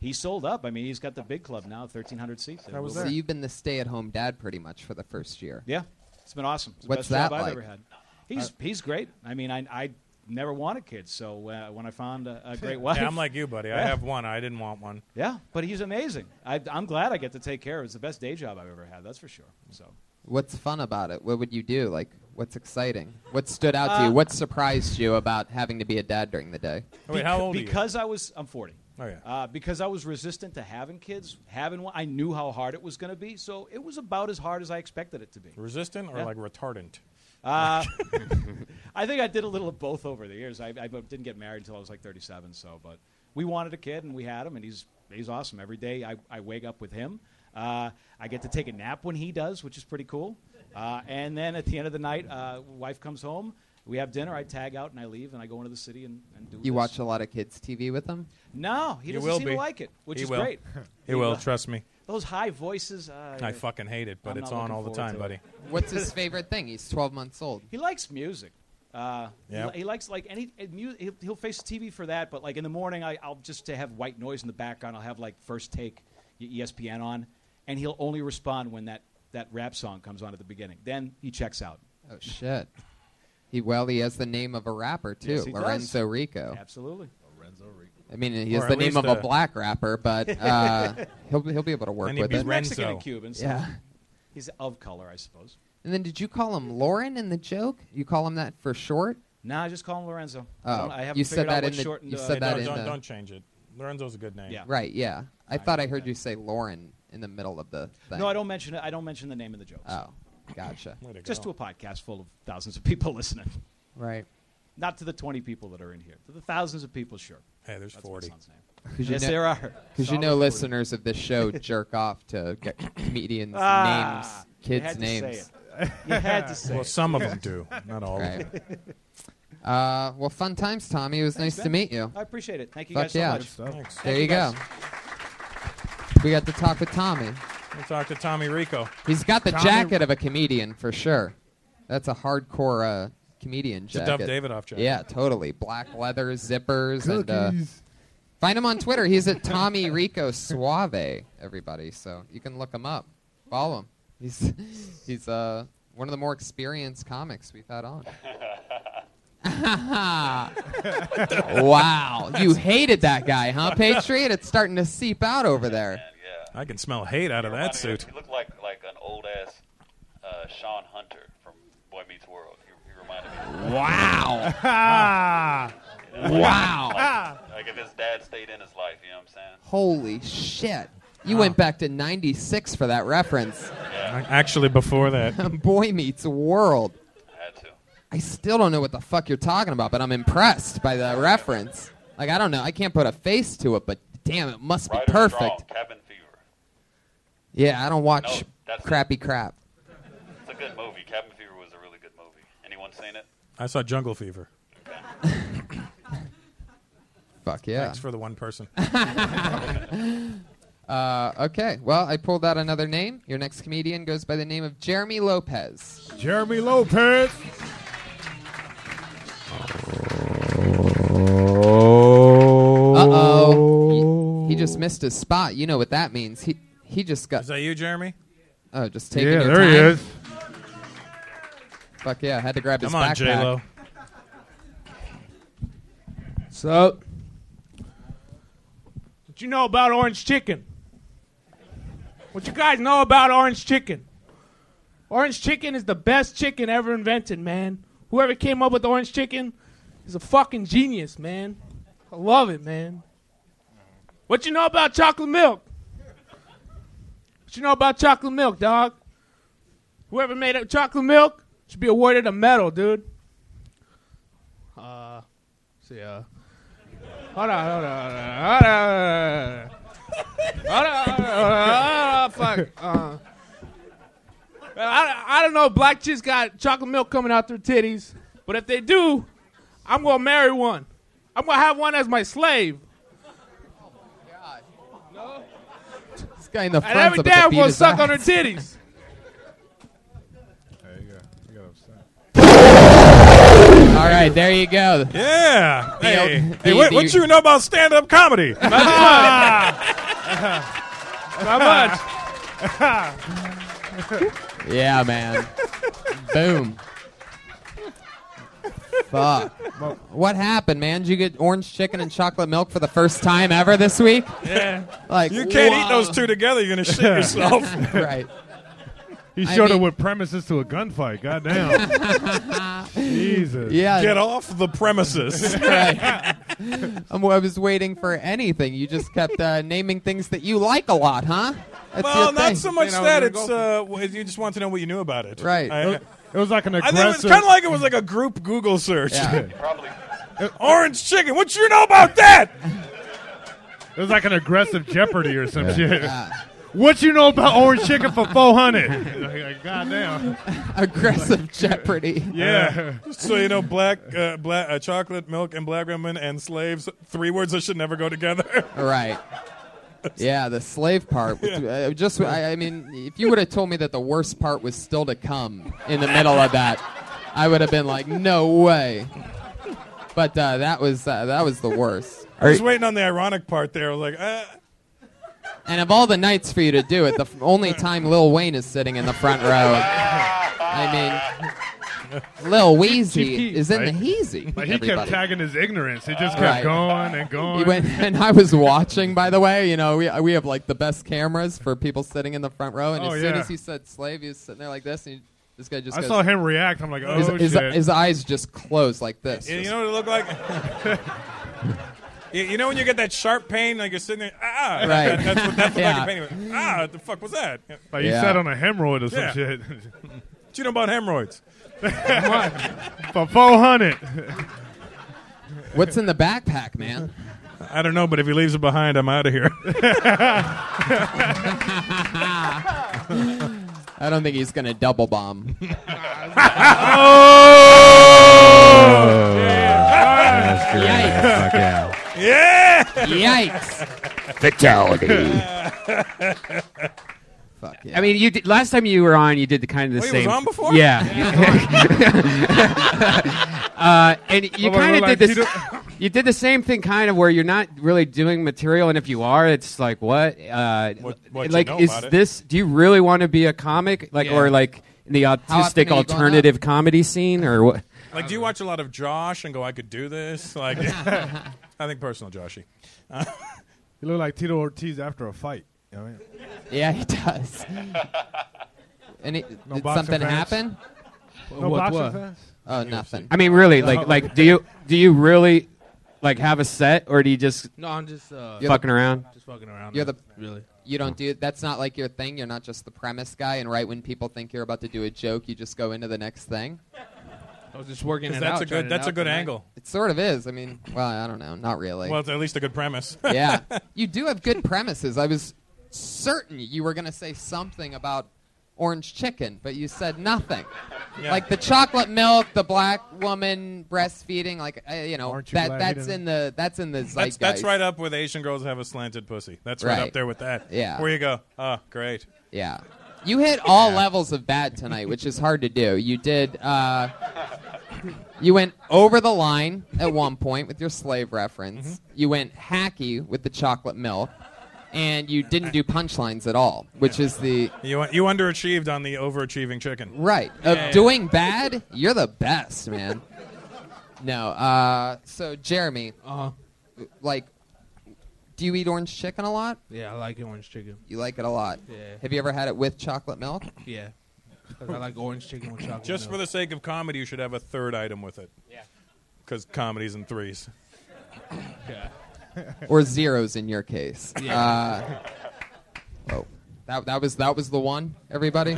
I: he sold up. I mean, he's got the big club now, thirteen hundred seats.
G: I was
C: So
G: there.
C: you've been the stay-at-home dad pretty much for the first year.
I: Yeah, it's been awesome. It's the
C: What's
I: best job
C: that
I: I've
C: like?
I: ever had.
G: Uh,
I: He's he's great. I mean, I I never wanted kids, so uh, when I found a, a great wife,
G: Yeah, I'm like you, buddy. I
I: Yeah.
G: have one. I didn't want one.
I: yeah. But he's amazing. I, I'm glad I get to take care of. it. It's the best day job I've ever had. That's for sure. So
C: What's fun about it? What would you do? Like, what's exciting? What stood out to you?
I: Uh,
C: What surprised you about having to be a dad during the day?
G: Oh, wait, how old are you?
I: because I was I'm 40.
G: Oh, yeah.
I: Uh, because I was resistant to having kids, having one, I knew how hard it was going to be. So it was about as hard as I expected it to be.
G: Resistant or
I: Yeah.
G: like retardant?
I: Uh, I think I did a little of both over the years. I, I didn't get married until I was like 37, so but we wanted a kid and we had him, and he's he's awesome. Every day I, I wake up with him. Uh, I get to take a nap when he does, which is pretty cool. Uh, and then at the end of the night, uh, wife comes home. We have dinner. I tag out and I leave, and I go into the city and, and do.
C: You
I: this.
C: watch a lot of kids' TV with them?
I: No, he
G: You
I: doesn't
G: will
I: seem
G: be.
I: to like it, which
G: He
I: is
G: will.
I: great.
G: He will. Trust me.
I: Those high voices. Uh,
G: I fucking hate it, but
I: I'm
G: it's
I: not
G: on
I: looking
G: all the
I: forward
G: time,
I: to
G: buddy.
I: it.
C: What's his favorite thing? He's 12 months old.
I: He likes music. Uh, he
G: Yeah.
I: li- he, likes like any uh, mu- he'll, he'll face TV for that, but like in the morning, I, I'll just to have white noise in the background. I'll have like first take E-, y- ESPN on, and he'll only respond when that that rap song comes on at the beginning. Then he checks out.
C: Oh shit. He well, he has the name of a rapper too,
I: Yes, he does.
C: Lorenzo Rico.
I: Absolutely.
C: I mean, he
G: Or
C: has
G: at
C: the name
G: least
C: of a
G: a-
C: black rapper, but uh, he'll be- he'll be able to work
G: And he'd
C: with
G: be
C: it.
G: red-
I: Mexican and
G: Renzo.
I: Cuban. So
C: yeah.
I: He's of color, I suppose.
C: And then did you call him Lauren in the joke? You call him that for short?
I: Nah, I just call him Lorenzo.
C: Oh,
I: Don't- I haven't
C: you
I: figured
C: said
I: out
C: that
I: what
C: in the-
I: shortened.
C: you
I: uh,
C: said that
G: don't,
C: in
G: don't,
C: the-
G: don't change it. Lorenzo's a good name.
I: Yeah.
C: Right. Yeah. I
I: I
C: thought I
I: know
C: heard
I: that.
C: you say Lauren in the middle of the thing.
I: No, I don't mention it. I don't mention the name of the jokes.
C: Oh, gotcha. Way to
I: Just
C: go.
I: to a podcast full of thousands of people listening.
C: Right.
I: Not to the 20 people that are in here. To the thousands of people, sure.
G: Hey, there's 40.
C: you
I: Yes,
C: know-
I: there are.
C: Because you
I: Solid
C: know,
I: 40.
C: listeners of this show jerk off to co- comedians'
I: Ah,
C: names,
I: you had
C: kids'
I: to say
C: names.
I: it. You had to say
G: Well, it. some of 'em do, not all of
C: Uh, well, fun times, Tommy. It was nice to
I: Ben.
C: meet you.
I: I appreciate it. Thank you
C: Fuck
I: guys so
C: yeah.
I: much. Thanks.
C: There
I: Thank
C: you
I: you
C: go.
I: guys.
C: We got to talk with Tommy.
G: We'll talk to Tommy Rico.
C: He's got the
G: Tommy-
C: jacket of a comedian for sure. That's a hardcore uh, comedian
G: a
C: jacket.
G: Dov Davidoff jacket.
C: Yeah, totally. Black leather, zippers, and. Uh, find him on Twitter. He's at Tommy Rico Suave. Everybody, so you can look him up, follow him. He's he's uh one of the more experienced comics we've had on. Ah, wow, you hated that guy, huh, Patriot? It's starting to seep out over there.
G: I can smell hate out of that suit.
F: He looked like like an old ass uh, Sean Hunter from Boy Meets World. He, he reminded me.
C: Wow.
F: You know, like-
G: Oh.
C: Wow.
F: Like, like if his dad stayed in his life, you know what I'm saying?
C: Holy shit! You went back to '96 for that reference.
G: Actually, before that,
C: Boy Meets World.
F: Had to.
C: I still don't know what the fuck you're talking about, but I'm impressed by the reference. Like I don't know, I can't put a face to it, but damn, it must be
F: Right
C: perfect.
F: Strong, Cabin Fever.
C: Yeah, I don't watch
F: No, that's-
C: crappy crap.
F: It's a good movie. Cabin Fever was a really good movie. Anyone seen it?
G: I saw Jungle Fever.
C: Fuck yeah.
G: Thanks for the one person.
C: Uh, okay, well, I pulled out another name. Your next comedian goes by the name of Jeremy Lopez.
H: Jeremy Lopez.
C: Uh oh. He, he just missed his spot. You know what that means. He he just got.
G: Is that you, Jeremy?
C: Oh, just taking
H: yeah,
C: your
H: there
C: time.
H: he is.
C: Fuck yeah, had to grab his
G: Come on,
C: backpack.
G: J Lo.
J: So, what you know about orange chicken? What you guys know about orange chicken? Orange chicken is the best chicken ever invented, man. Whoever came up with orange chicken is a fucking genius, man. I love it, man. What you know about chocolate milk? What you know about chocolate milk, dog? Whoever made up chocolate milk should be awarded a medal, dude. Uh, see, uh, hold on, hold on, hold on, hold on, hold on, hold on, hold on, hold on, hold on, fuck. Uh, I, I don't know. if Black chicks got chocolate milk coming out their titties, but if they do, I'm gonna marry one. I'm gonna have one as my slave.
C: This guy in the
J: And
C: front
J: every
C: of
J: day I'm gonna suck on her titties.
H: There you go. You got upset.
C: All right, there you go.
G: Yeah. Hey,
C: old-
G: hey
C: the-
G: what,
C: the-
G: what you know about stand up comedy?
J: How much?
C: Yeah, man. Boom. Fuck. What happened, man? Did you get orange chicken and chocolate milk for the first time ever this week?
J: Yeah.
C: Like
G: You can't eat
C: whoa.
G: those two together. You're going to shit yourself.
C: Right.
H: He
C: I
H: showed
C: mean-
H: up with premises to a gunfight. Goddamn. Jesus.
C: Yeah.
G: Get off the premises.
C: Right. I'm, I was waiting for anything. You just kept uh, naming things that you like a lot, huh? That's
G: well,
C: your
G: not
C: thing.
G: so much
J: You know,
G: that.
J: we're
G: It's uh, w- you just want to know what you knew about it.
C: Right.
G: I, I-
H: It was like an
G: I
H: aggressive.
G: think it was kind of like it was like a group Google search. Uh,
C: Yeah.
F: Probably.
G: Orange chicken. What you know about that?
H: It was like an aggressive Jeopardy or some shit. What you know about orange chicken for four hundred? like, goddamn.
C: Aggressive Jeopardy.
H: Yeah.
G: So you know, black, uh, black, uh, chocolate milk, and black women and slaves. Three words that should never go together.
C: Right. Yeah, the slave part. Uh, Just, I, I mean, if you would have told me that the worst part was still to come in the middle of that, I would have been like, no way. But uh, that was uh, that was the worst.
G: I was waiting on the ironic part there. I was like, uh,
C: And of all the nights for you to do it, the f- only time Lil Wayne is sitting in the front row. I mean, Lil Weezy is in the heezy.
H: Like he kept
C: everybody.
H: tagging his ignorance. It just
C: Right.
H: kept going and going.
C: He went, and I was watching, by the way. You know, we, we have like the best cameras for people sitting in the front row. And
H: Oh,
C: as soon
H: yeah.
C: as he said slave, he was sitting there like this. And he, this guy just
H: I
C: goes,
H: saw him react. I'm like, oh
C: his, his,
H: shit.
C: his eyes just closed like this.
G: you know what it looked like? You, you know when you get that sharp pain, like you're sitting there, ah,
H: Right.
G: that- that's what, that's what
H: Yeah.
G: like a pain. you went, Ah, what the fuck was that?
H: Like you Yeah. sat on a hemorrhoid or some shit.
G: Do you know about hemorrhoids?
H: For 400.
C: What's in the backpack, man?
G: I don't know, but if he leaves it behind, I'm out of here.
C: I don't think he's going to double bomb.
K: Yeah.
G: Yeah.
C: Yikes. Fuck
K: I mean, you did, last time you were on, you did the kind of the
G: Wait, Oh, was
K: same.
G: on before?
K: Yeah.
G: Yeah.
K: uh, and you
G: Oh, wait,
K: kind of
G: wait,
K: did
G: wait,
K: this.
G: Peter-
K: You did the same thing, kind of, where you're not really doing material, and if you are, it's like, what? Uh,
G: what you
K: like,
G: know
K: is
G: about it.
K: this? Do you really want to be a comic, like,
G: Yeah.
K: or like in the
G: often
K: autistic
G: are you going
K: alternative comedy scene, or what?
G: Like, do you watch a lot of Josh and go, I could do this? Like, I think personal Joshy. Uh,
H: You look like Tito Ortiz after a fight. You know what I mean?
C: Yeah, he does. And it,
H: No
C: did
H: boxing
C: something
H: fans?
C: happen?
H: No What- boxing what? fans?
C: Oh, nothing.
K: I mean, really, like, like, do you do you really like have a set, or do you just
C: No, I'm just, uh, You're
K: fucking
C: the-
K: around?
C: Just fucking around. You're the really. You don't do that's not like your thing. You're not just the premise guy. And right when people think you're about to do a joke, you just go into the next thing.
J: I was just working
G: 'Cause
J: it
G: that's
J: out,
G: a good-
J: trying it
G: that's a
J: out
G: good
J: tonight.
G: angle.
C: It sort of is. I mean, well, I don't know. Not really.
G: well, it's at least a good premise.
C: yeah, you do have good premises. I was certain you were going to say something about orange chicken, but you said nothing.
J: Yeah.
C: Like the chocolate milk, the black woman breastfeeding, like uh, you know
J: you
C: that
J: glad
C: that's
J: you
C: in the that's in the
G: That's,
C: zeitgeist.
G: that's right up with Asian girls have a slanted pussy. That's right,
C: Right.
G: up there with that.
C: Yeah.
G: Where you go, oh, great.
C: Yeah. You hit all levels of bad tonight, which is hard to do. You did. Uh, you went over the line at one point with your slave reference.
J: Mm-hmm.
C: You went hacky with the chocolate milk, and you didn't do punchlines at all, which is the
G: You, you underachieved on the overachieving chicken.
C: Right.
G: Yeah,
C: of
G: yeah.
C: doing bad, you're the best, man. no. Uh, so, Jeremy,
J: Uh-huh.
C: uh like, do you eat orange chicken a lot?
J: Yeah, I like orange chicken.
C: You like it a lot.
J: Yeah.
C: Have you ever had it with chocolate milk?
J: Yeah. 'Cause I like orange chicken with chocolate.
G: Just
J: milk.
G: for the sake of comedy, you should have a third item with it. Yeah. Because comedy's in threes.
J: Yeah.
C: or zeros in your case.
J: Yeah.
C: Uh, whoa. That, that was that was the one, everybody.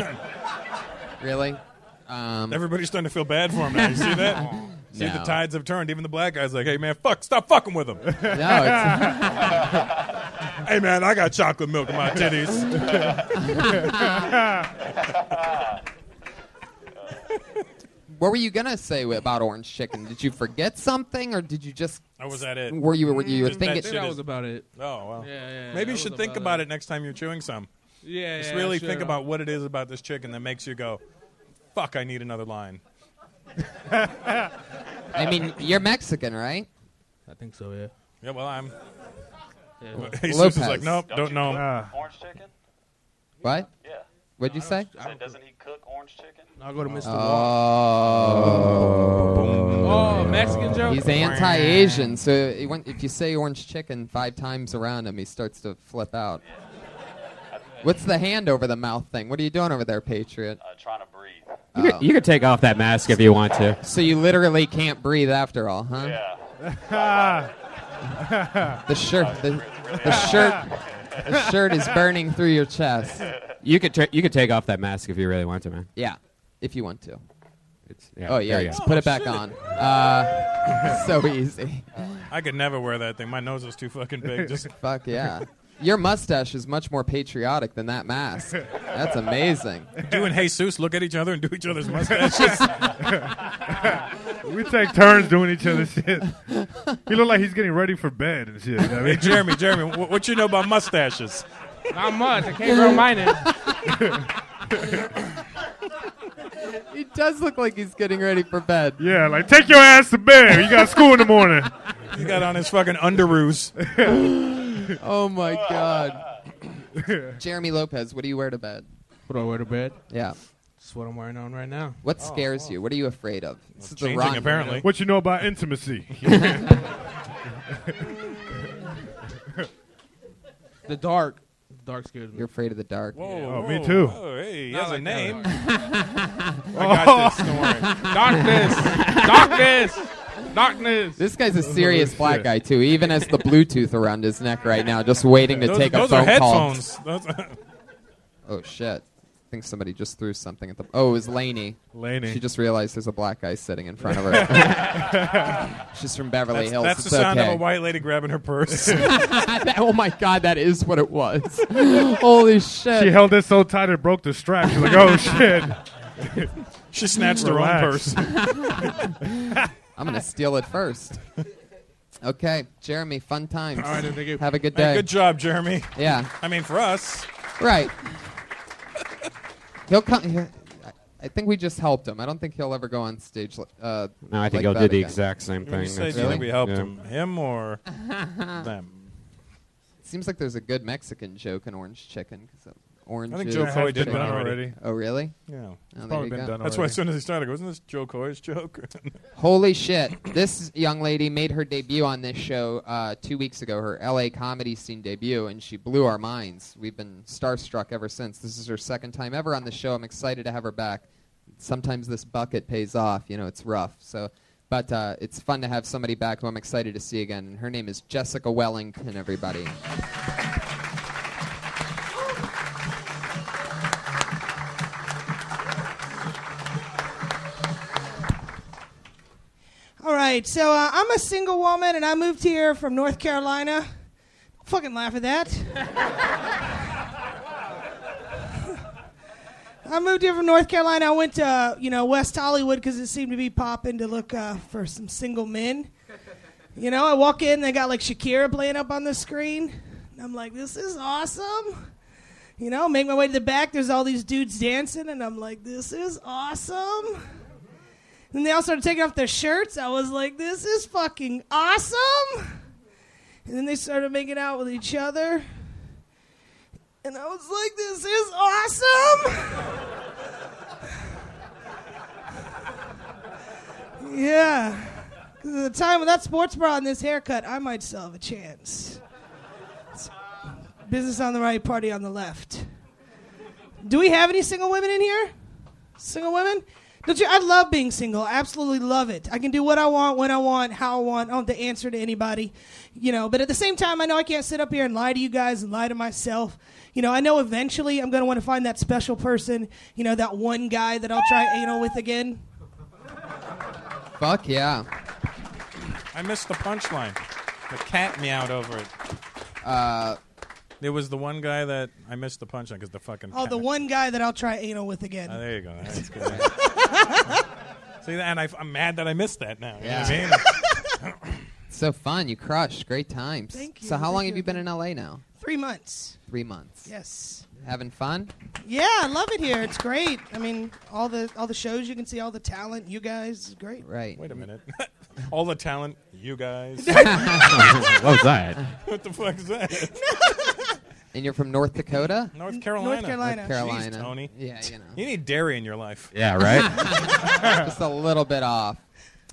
C: really? Um,
G: Everybody's starting to feel bad for him now. You see that? See, the
C: No.
G: tides have turned. Even the black guy's like, hey, man, fuck, stop fucking with him. No, it's... hey, man, I got chocolate milk in my titties.
C: what were you gonna say about orange chicken? Did you forget something, or did you just?
G: That was that it.
C: Were you were you
G: Just
C: thinking?
G: that shit is- Oh, wow.
J: Yeah, yeah, yeah,
G: Maybe
J: that
G: you
J: was
G: should think
J: about
G: about it. next time you're chewing some.
J: Yeah,
G: Just
J: yeah,
G: really
J: sure.
G: think about what it is about this chicken that makes you go, fuck, I need another line.
C: I mean, you're Mexican, right?
J: I think so. Yeah.
G: Yeah, well, I'm.
J: Yeah.
G: Jesus
C: Lopez.
G: is like, nope,
F: Don't
G: don't,
F: you
G: know.
F: cook orange chicken?
C: What?
F: Yeah.
C: What'd you say?
F: Say, doesn't he cook orange chicken?
J: I'll go to Mr.
C: Oh.
J: Oh, Mexican joke?
C: He's anti-Asian, so it went- if you say orange chicken five times around him, he starts to flip out. What's the hand over the mouth thing? What are you doing over there, Patriot?
F: Uh, trying to breathe.
K: You, could, you could take off that mask if you want to.
C: So you literally can't breathe after all, huh? the shirt, the, the shirt, the shirt is burning through your chest.
K: You could tra- you could take off that mask if you really want to, man.
C: Yeah, if you want to.
K: yeah,
C: oh yeah,
K: there you
C: just
K: go.
C: put it
K: Oh,
C: back
K: shit.
C: on. Uh, so easy.
G: I could never wear that thing. My nose is too fucking big. Just
C: Fuck yeah. Your mustache is much more patriotic than that mask. That's amazing.
G: You and Jesus look at each other and do each other's mustaches.
H: we take turns doing each other's shit. He look like he's getting ready for bed and shit. you know what I
G: hey,
H: mean?
G: Jeremy, Jeremy, what, what you know about mustaches?
J: Not much. I can't grow mine in.
C: He does look like he's getting ready for bed.
H: Yeah, like take your ass to bed. You got school in the morning.
G: He got on his fucking underoos.
C: Oh my god. Jeremy Lopez, what do you wear to bed?
J: What do I wear to bed?
C: Yeah.
J: That's what I'm wearing on right now.
C: What
G: Oh,
C: scares you? What are you afraid of? This is the
J: changing,
C: Ron-
J: apparently.
H: What you know about intimacy?
J: The dark. The dark scares me.
C: You're afraid of the dark.
H: Oh, me too.
G: Oh, hey, he
J: Not
G: has a
J: like that
G: name.
J: dark. Oh.
G: I got this. Don't worry.
J: Darkness. Darkness. Darkness.
C: This guy's a
J: Oh,
C: serious black guy too. He even has the Bluetooth around his neck right now, just waiting to
G: Those-
C: take
G: those
C: a
G: are
C: phone call.
G: headphones. Those are-
C: Oh shit! I think somebody just threw something at the. Oh, it was Lainey.
G: Lainey.
C: She just realized there's a black guy sitting in front of her. She's from Beverly
G: that's,
C: Hills.
G: That's the
C: It's
G: sound
C: okay.
G: of a white lady grabbing her purse.
C: That- oh my god, that is what it was. Holy shit!
H: She held it so tight it broke the strap. She's like, oh shit.
G: She snatched her own
H: Relax.
C: I'm gonna steal it first. Okay, Jeremy. Fun times.
G: All right, thank you.
C: Have a good
G: Hey,
C: day.
G: good job, Jeremy.
C: Yeah.
G: I mean, for us.
C: Right. He'll come. Here. I think we just helped him. I don't think he'll ever go on stage. li- Uh,
K: No, I think
C: like
K: he'll
C: that
K: do the
C: again.
K: exact same
G: You
K: thing.
G: say,
K: That's-
G: do you think we helped
K: yeah.
G: him? Him or them?
C: Seems like there's a good Mexican joke in Orange Chicken. 'cause of Oranges,
G: Joe Coy did
C: chicken.
G: one already.
C: Oh, really?
G: Yeah.
C: Oh, there
H: probably
C: you
H: been
C: go.
H: done
G: That's why as soon as he started, I go, wasn't this Joe Coy's joke?
C: Holy shit. This young lady made her debut on this show uh, two weeks ago, her LA comedy scene debut, and she blew our minds. We've been starstruck ever since. This is her second time ever on the show. I'm excited to have her back. Sometimes this bucket pays off. You know, it's rough. So, But uh, it's fun to have somebody back who I'm excited to see again. Her name is Jessica Wellington, everybody.
L: All right, so uh, I'm a single woman and I moved here from North Carolina. Don't fucking laugh at that. I moved here from North Carolina. I went to, you know, West Hollywood because it seemed to be popping to look uh, for some single men. You know, I walk in, they got like Shakira playing up on the screen. And I'm like, this is awesome. You know, make my way to the back, there's all these dudes dancing, and I'm like, this is awesome. Then they all started taking off their shirts. I was like, this is fucking awesome. And then they started making out with each other. And I was like, this is awesome. yeah. 'Cause at the time with that sports bra and this haircut, I might still have a chance. It's business on the right, party on the left. Do we have any single women in here? Single women? Don't you? I love being single. I absolutely love it. I can do what I want, when I want, how I want. I don't have to answer to anybody, you know. But at the same time, I know I can't sit up here and lie to you guys and lie to myself. You know, I know eventually I'm going to want to find that special person, you know, that one guy that I'll try anal with again.
C: Fuck yeah.
G: I missed the punchline. The cat meowed over it.
C: Uh,
G: there was the one guy that I missed the punchline because the fucking.
L: Oh,
G: cat-
L: the one guy that I'll try anal with again.
G: Oh, there you go. That's good. See, and I, I'm mad that I missed that now. You know what I mean?
C: So fun. You crushed. Great times.
L: Thank you,
C: So, how
L: thank
C: long have
L: you.
C: you been in LA now?
L: Three months.
C: Three months.
L: Yes.
C: Having fun?
L: Yeah, I love it here. It's great. I mean, all the all the shows you can see, all the talent. You guys, it's great.
C: Right.
G: Wait a minute. All the talent, you guys.
C: What was that?
G: What the fuck is that?
C: And you're from North Dakota?
G: North Carolina.
L: North Carolina.
C: North Carolina.
G: Jeez, Tony.
C: Yeah, you know.
G: You need dairy in your life.
C: Just a little bit off.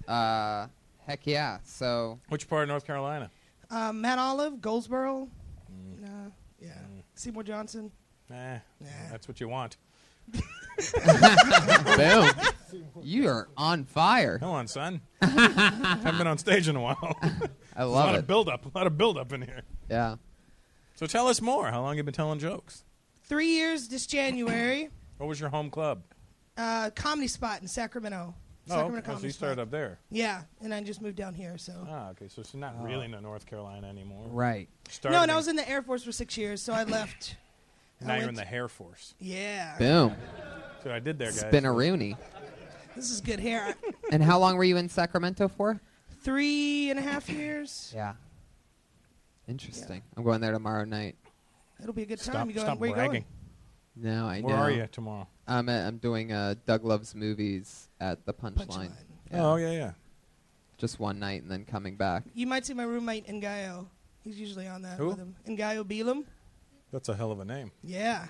C: Uh, heck yeah. So
G: Which part of North Carolina?
L: Uh, Matt Olive, Goldsboro.
G: Mm-hmm.
L: Nah, yeah. Seymour Johnson.
G: Nah, that's what you want.
C: Boom. You are on fire.
G: Come on, son. Haven't been on stage in a while.
C: I
G: a
C: love
G: lot of
C: it.
G: build up. A lot of build up in here.
C: Yeah.
G: So tell us more. How long you been telling jokes?
L: Three years this January.
G: What was your home club?
L: Uh, comedy spot in Sacramento.
G: oh,
L: Sacramento
G: okay. so you started up there.
L: Yeah, and I just moved down here. So
G: Ah, okay. So it's not
L: Oh.
G: really in North Carolina anymore.
C: Right.
G: Started
L: no, and I
G: in-
L: was in the Air Force for six years, so I left.
G: Now
L: I
G: you're in
L: went-
G: the Hair Force.
L: Yeah.
C: Boom.
G: That's what I did there, guys.
C: Spinneroony.
L: This is good hair.
C: And how long were you in Sacramento for?
L: Three and a half years.
C: Yeah. Interesting. I'm going there tomorrow night.
L: It'll be a good time.
G: Stop-
L: you going?
G: stop
L: where you
G: bragging.
L: going?
C: No, I
G: Where
C: know.
G: are you tomorrow?
C: I'm at, I'm doing uh, Doug Loves Movies at the Punchline.
G: Oh, yeah, yeah.
C: Just one night and then coming back.
L: You might see my roommate Ngayo. He's usually on that
G: Who?
L: with him. Ngayo Belum.
G: That's a hell of a name.
L: Yeah.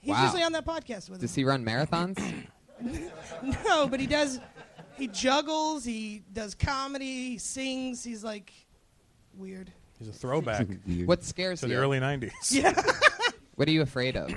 L: He's
C: Wow.
L: usually on that podcast with
C: Does he run marathons?
L: him. no, but he does. He juggles. He does comedy. He sings. He's like weird.
G: He's a throwback.
C: What scares
G: to the
C: you?
G: early '90s.
L: Yeah.
C: what are you afraid of?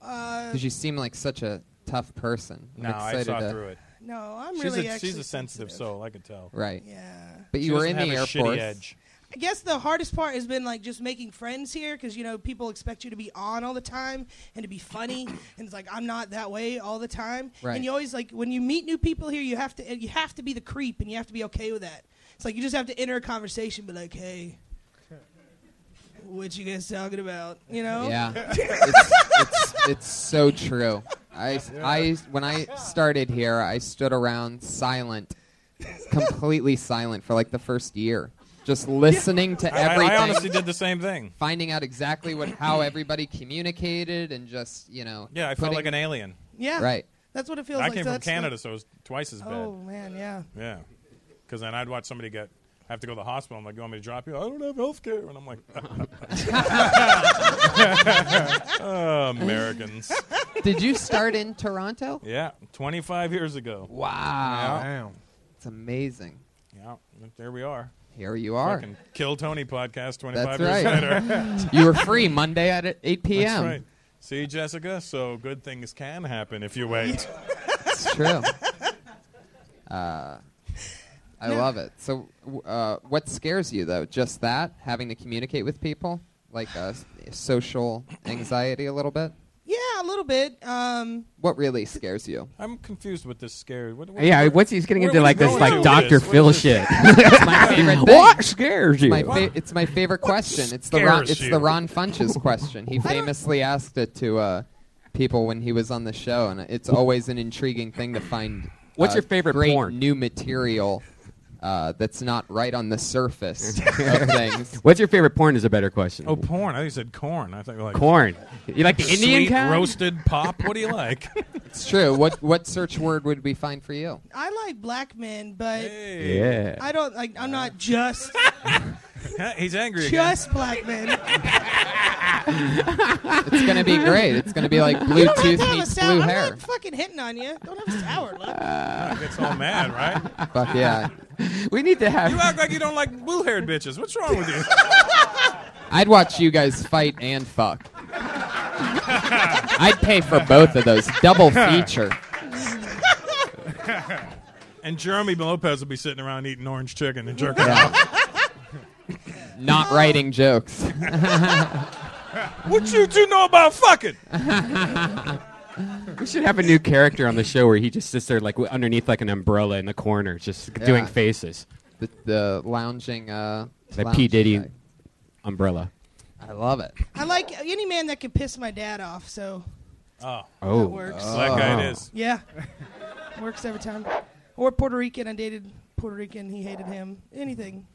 L: Uh,
C: Because you seem like such a tough person. I'm
G: No, I
C: excited
G: saw
C: to-
G: through it.
L: No, I'm
G: she's
L: really
G: a,
L: actually
G: she's a sensitive soul. I can tell.
C: Right.
L: Yeah.
C: But
G: She
C: you were in
G: doesn't
C: the
G: have
C: Air
G: a shitty
C: Force.
G: edge.
L: I guess the hardest part has been like just making friends here because you know people expect you to be on all the time and to be funny, and it's like I'm not that way all the time.
M: Right.
L: And you always like when you meet new people here, you have to you have to be the creep and you have to be okay with that. It's like you just have to enter a conversation, be like, hey. What you guys talking about? You know?
C: Yeah, it's, it's, it's so true. I, I when I started here, I stood around silent, completely silent for like the first year, just listening to
G: I- I
C: everything.
G: honestly did the same thing.
C: Finding out exactly what how everybody communicated and just you know.
G: Yeah, I felt
C: putting-
G: like an alien.
L: Yeah.
C: Right.
L: That's what it feels
G: I
L: like.
G: came
L: So
G: from
L: that's like-
G: Canada, so it was twice as bad.
L: Oh man, yeah.
G: Yeah, because then I'd watch somebody get have to go to the hospital. I'm like, "You want me to drop you? I don't have health care," and I'm like, "Oh, "Americans."
C: Did you start in Toronto?
G: Yeah, 25 years ago.
C: Wow.
G: Yeah.
C: It's amazing.
G: Yeah, there we are.
C: Here you are.
G: Fucking Kill Tony podcast 25
C: That's
G: years
C: right.
G: later.
C: you were free Monday at 8 p.m.
G: That's right. See, Jessica, so good things can happen if you wait.
C: It's true. Uh, I
G: No.
C: love it. So, w- uh, what scares you though? Just that having to communicate with people, like uh, s- social anxiety, a little bit.
L: Yeah, a little bit. Um,
C: What really scares you?
G: I'm confused with this scare. What, what-
K: Yeah,
G: where-
K: what's he's getting
G: where
K: into
G: we
K: like this
G: going
K: like
G: with
K: Doctor
G: this? What
K: Phil
G: is
K: shit?
G: this?
C: it's my favorite thing.
K: What scares you?
C: It's my, fa- it's my favorite question. It's the Ron,
K: scares
C: it's
K: you?
C: the Ron Funches question. He famously asked it to uh, people when he was on the show, and it's always an intriguing thing to find.
K: What's
C: uh,
K: your favorite
C: great
K: porn?
C: New material uh, that's not right on the surface of things.
K: What's your favorite porn? Is a better question.
G: Oh, porn. I thought you said corn. I thought you like
K: Corn. You like the Indian
G: Sweet
K: kind?
G: roasted pop. What do you like?
C: It's true. What what search word would we find for you?
L: I like black men, but
C: Hey. Yeah.
L: I don't like. I'm not just
G: He's angry again.
L: just black men.
C: It's gonna be great. It's gonna be like
L: You don't have to
C: Bluetooth
L: have a
C: meets
L: sour-
C: blue
L: I'm
C: hair.
L: not fucking hitting on you. Don't have a sour look.
G: It gets all mad, right?
C: Fuck yeah.
K: We need to have.
G: You act like you don't like blue-haired bitches. What's wrong with you?
C: I'd watch you guys fight and fuck. I'd pay for both of those double feature.
G: and Jeremy Lopez will be sitting around eating orange chicken and jerking
C: Yeah.
G: off.
C: Not writing jokes.
G: what you two know about fucking?
K: We should have a new character on the show where he just sits there like w- underneath like an umbrella in the corner, just
C: Yeah.
K: doing faces.
C: the, the lounging. Uh,
K: That
C: lounge
K: P Diddy
C: guy.
K: umbrella.
C: I love it.
L: I like any man that can piss my dad off. So
G: Oh.
K: Oh.
L: that works.
G: Black guy it is.
L: Yeah, works every time. Or Puerto Rican. I dated Puerto Rican. He hated him. Anything.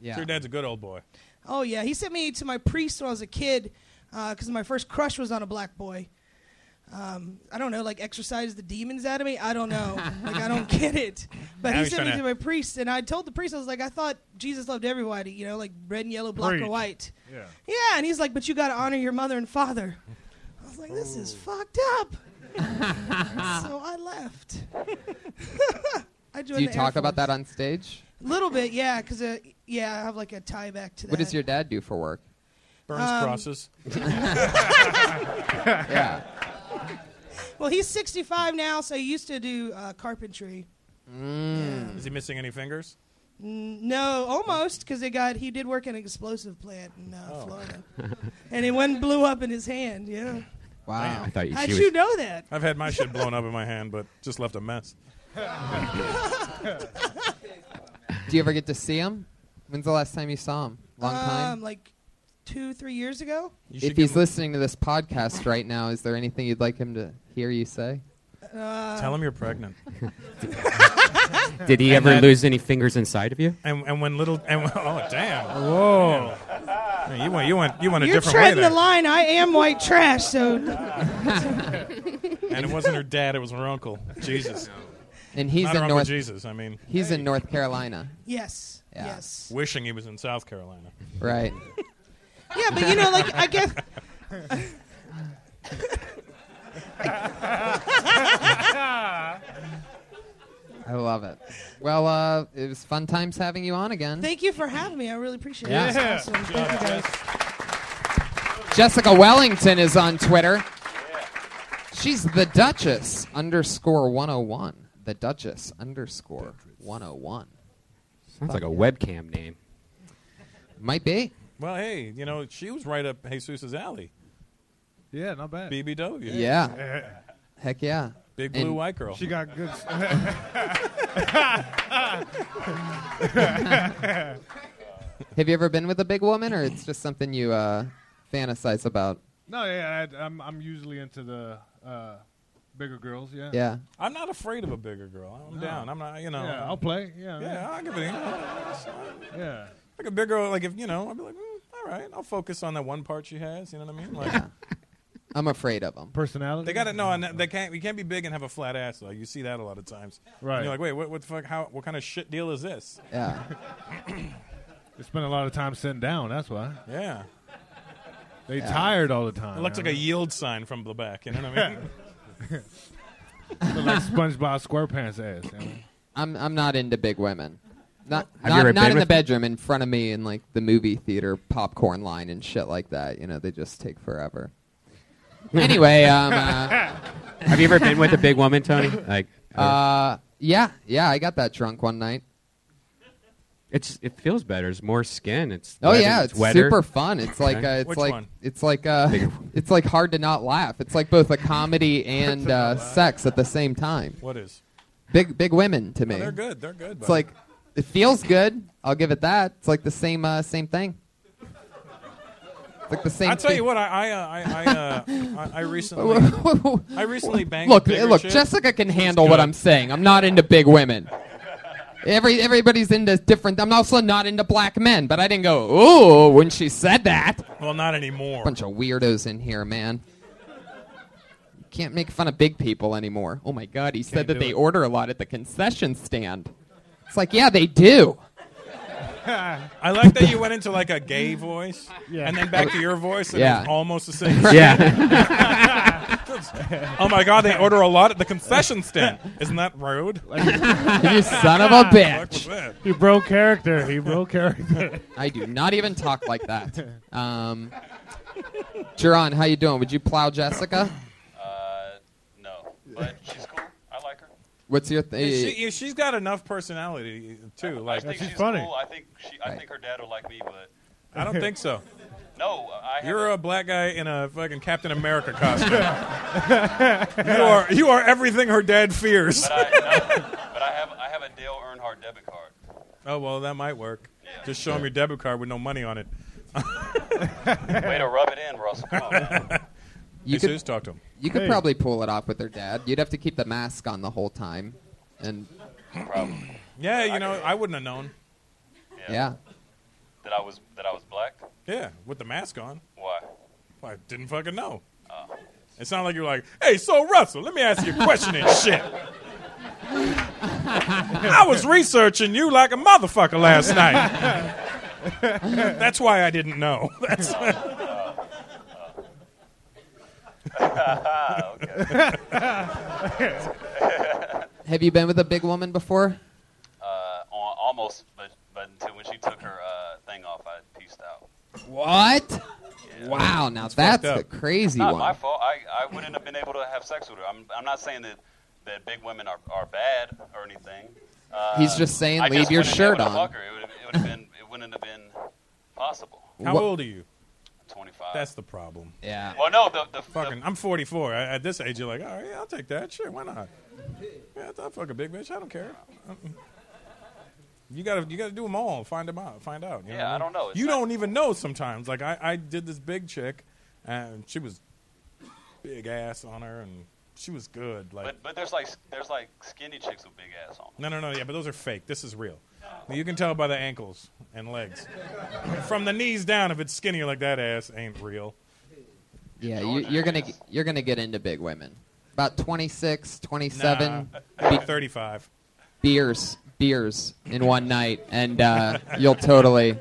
G: Yeah. your dad's a good old boy.
L: Oh yeah, he sent me to my priest when I was a kid, because my first crush was on a black boy. Um, I don't know, like exercise the demons out of me. I don't know, like I don't get it. But
M: Now
L: he
M: he's
L: sent me
M: tryna-
L: to my priest, and I told the priest I was like, I thought Jesus loved everybody, you know, like red and yellow, black or
M: Preach.
L: white.
M: Yeah.
L: Yeah, and he's like, but you got to honor your mother and father. I was like, this
C: Oh.
L: is fucked up. so I left. I
C: Do you talk about that on stage?
L: a little bit? Yeah, because uh, yeah, I have like a tie back to that.
C: What does your dad do for work?
G: Burns
L: Um,
G: crosses.
C: yeah.
L: Well, he's 65 now, so he used to do uh, carpentry.
K: Mm.
G: Is he missing any fingers?
L: Mm, No, almost, because they got he did work in an explosive plant in uh,
G: Oh.
L: Florida, and it one blew up in his hand. Yeah.
C: Wow.
G: Damn.
K: I thought you-
L: How'd
K: she was-
L: you know that?
G: I've had my shit blown up in my hand, but just left a mess.
C: Do you ever get to see him? When's the last time you saw him? Long time.
L: Um, like two, three years ago.
C: If he's listening to this podcast right now, is there anything you'd like him to hear you say?
L: Uh,
G: Tell him you're pregnant.
K: Did he
G: And
K: ever
G: that-
K: lose any fingers inside of you?
G: And, and when little and when- oh damn
K: Whoa.
G: Yeah. Man, you went you went you went a
L: You're
G: different way
L: treading
G: there.
L: the line. I am white trash, so.
G: And it wasn't her dad; it was her uncle. Jesus.
C: And he's
G: Not her
C: in
G: uncle
C: North.
G: Jesus. I mean,
C: he's in North Carolina.
L: yes. Yes.
G: wishing he was in South Carolina.
C: Right.
L: Yeah, but you know, like I guess.
C: I love it. Well, uh, it was fun times having you on again.
L: Thank you for having me. I really appreciate
C: Yeah.
L: it.
C: Yeah.
L: It's awesome. Thank you guys.
C: Jessica Wellington is on Twitter. She's the Duchess underscore 101. the Duchess underscore 101.
K: Sounds like a webcam name.
C: Might be.
G: Well, hey, you know, she was right up Jesus's alley.
H: Yeah, not bad.
G: BBW.
C: Yeah. Heck yeah.
G: Big
C: And-
G: blue white girl.
H: She got good. s-
C: Have you ever been with a big woman, or it's just something you uh, fantasize about?
H: no, yeah, I, I'm I'm usually into the uh, bigger girls. Yeah.
C: Yeah.
G: I'm not afraid of a bigger girl. I'm
H: No.
G: down. I'm not, you know.
H: Yeah, I'll play. Yeah,
G: Yeah,
H: man.
G: I'll give it.
H: Yeah.
G: Like a big girl, like if, you know, I'll be like, mm, all right, I'll focus on that one part she has. You know what I mean? Like,
C: I'm afraid of them.
H: Personality.
G: They got to know, and they can't. You can't be big and have a flat ass. Like you see that a lot of times.
H: Right.
G: And you're like, wait, what, what the fuck? How? What kind of shit deal is this?
C: Yeah.
H: They spend a lot of time sitting down. That's why.
G: Yeah.
H: They tired all the time.
G: It looks
H: huh?
G: like a yield sign from the back. You know what I mean?
H: Look like SpongeBob SquarePants ass. you know?
C: I'm I'm not into big women. Not
H: Have you
C: not,
H: ever
C: not
H: been
C: in the
H: with-
C: bedroom, in front of me, in like the movie theater popcorn line and shit like that. You know, they just take forever. anyway, um, uh,
K: Have you ever been with a big woman, Tony? Like,
C: uh, yeah, yeah, I got that drunk one night.
K: it's it feels better. It's more skin. It's
C: Oh
K: wetter-
C: yeah, it's,
K: wetter.
C: super fun. It's like
K: Okay.
C: uh, it's like it's like uh, it's like hard to not laugh. It's like both a comedy and uh, sex at the same time.
G: What is? Oh,
C: Big big women to me.
G: they're good. They're good,
C: It's
G: bud.
C: like it feels good. I'll give it that. It's like the same uh, same thing. It's like the same.
G: I tell you
C: thing.
G: what, I I uh, I I, uh, I, I recently I recently banged.
C: Look,
G: bigger
C: look,
G: chick.
C: Jessica can
G: It was
C: handle what
G: good.
C: I'm saying. I'm not into big women. Every everybody's into different. I'm also not into black men, but I didn't go. Ooh, when she said that.
G: Well, not anymore.
C: Bunch of weirdos in here, man. You can't make fun of big people anymore. Oh my God, he said
G: Can't
C: that
G: do
C: they
G: it.
C: order a lot at the concession stand. It's like, yeah, they do.
G: I like that you went into like a gay voice, and then back to your voice, and
C: Yeah.
G: it's almost the same.
C: Yeah.
G: oh my God! They order a lot at the concession stand. Isn't that rude?
C: You son of a bitch.
H: He broke character. He broke character.
C: I do not even talk like that. Um, Jerron, how you doing? Would you plow Jessica?
F: Uh, no, but she's cool. I like her.
C: What's your eh,
G: And
C: thing?
G: she, yeah, she's got enough personality too. Like
F: I think she's cool. I think she. I think her dad will like me, but
G: I don't think so.
F: No, I.
G: You're a black guy in a fucking Captain America costume. you are you are everything her dad fears.
F: But I, but I have I have a Dale Earnhardt debit card.
G: oh well, that might work. Just show him your debit card with no money on it.
F: Way to rub it in, Russell. Come on.
C: You
G: Jesus, talk to him.
C: You could
G: Hey.
C: probably pull it off with her dad. You'd have to keep the mask on the whole time, and
G: Yeah, you know, I wouldn't have known.
C: yeah.
F: That I was that I was black.
G: Yeah, with the mask on.
F: Why? Oh.
G: I didn't fucking know. It's not like you're like, hey, so Russell, let me ask you a question and shit. I was researching you like a motherfucker last night. That's why I didn't know. That's
F: Ah,
C: Have you been with a big woman before?
F: Uh, on, almost, but but until when she took her uh, thing off, I pieced out.
C: What? Wow, now
F: It's
C: that's
F: fucked
C: the
F: up.
C: crazy
F: not
C: one.
F: my fault. I, I wouldn't have been able to have sex with her. I'm, I'm not saying that, that big women are, are bad or anything. Uh,
C: He's just saying
F: I
C: leave your
F: wouldn't have
C: shirt
F: been able to
C: on.
F: fuck her. It, would have, it, would have been, it wouldn't have been possible.
G: How
C: What-
G: old are you?
F: 25.
G: That's the problem.
C: Yeah.
F: Well, no, the, the
G: Fucking, I'm 44. I, at this age, you're like, all right, yeah, I'll take that. Sure, why not? Yeah, I'll fuck a big bitch. I don't care. You gotta, you gotta do them all. Find them out. Find out. you
F: Yeah,
G: what
F: I don't know. It's
G: You
F: not-
G: don't even know sometimes. Like I, I did this big chick, and she was big ass on her, and she was good. Like
F: But, but there's like there's like skinny chicks with big ass on.
G: no, no, no. Yeah, but those are fake. This is real. You can tell by the ankles and legs. From the knees down, if it's skinnier like that, ass ain't real.
C: Yeah, you, you're gonna g- you're gonna get into big women. About 26, 27,
G: Nah, maybe 35.
C: beers, beers in one night, and uh, you'll totally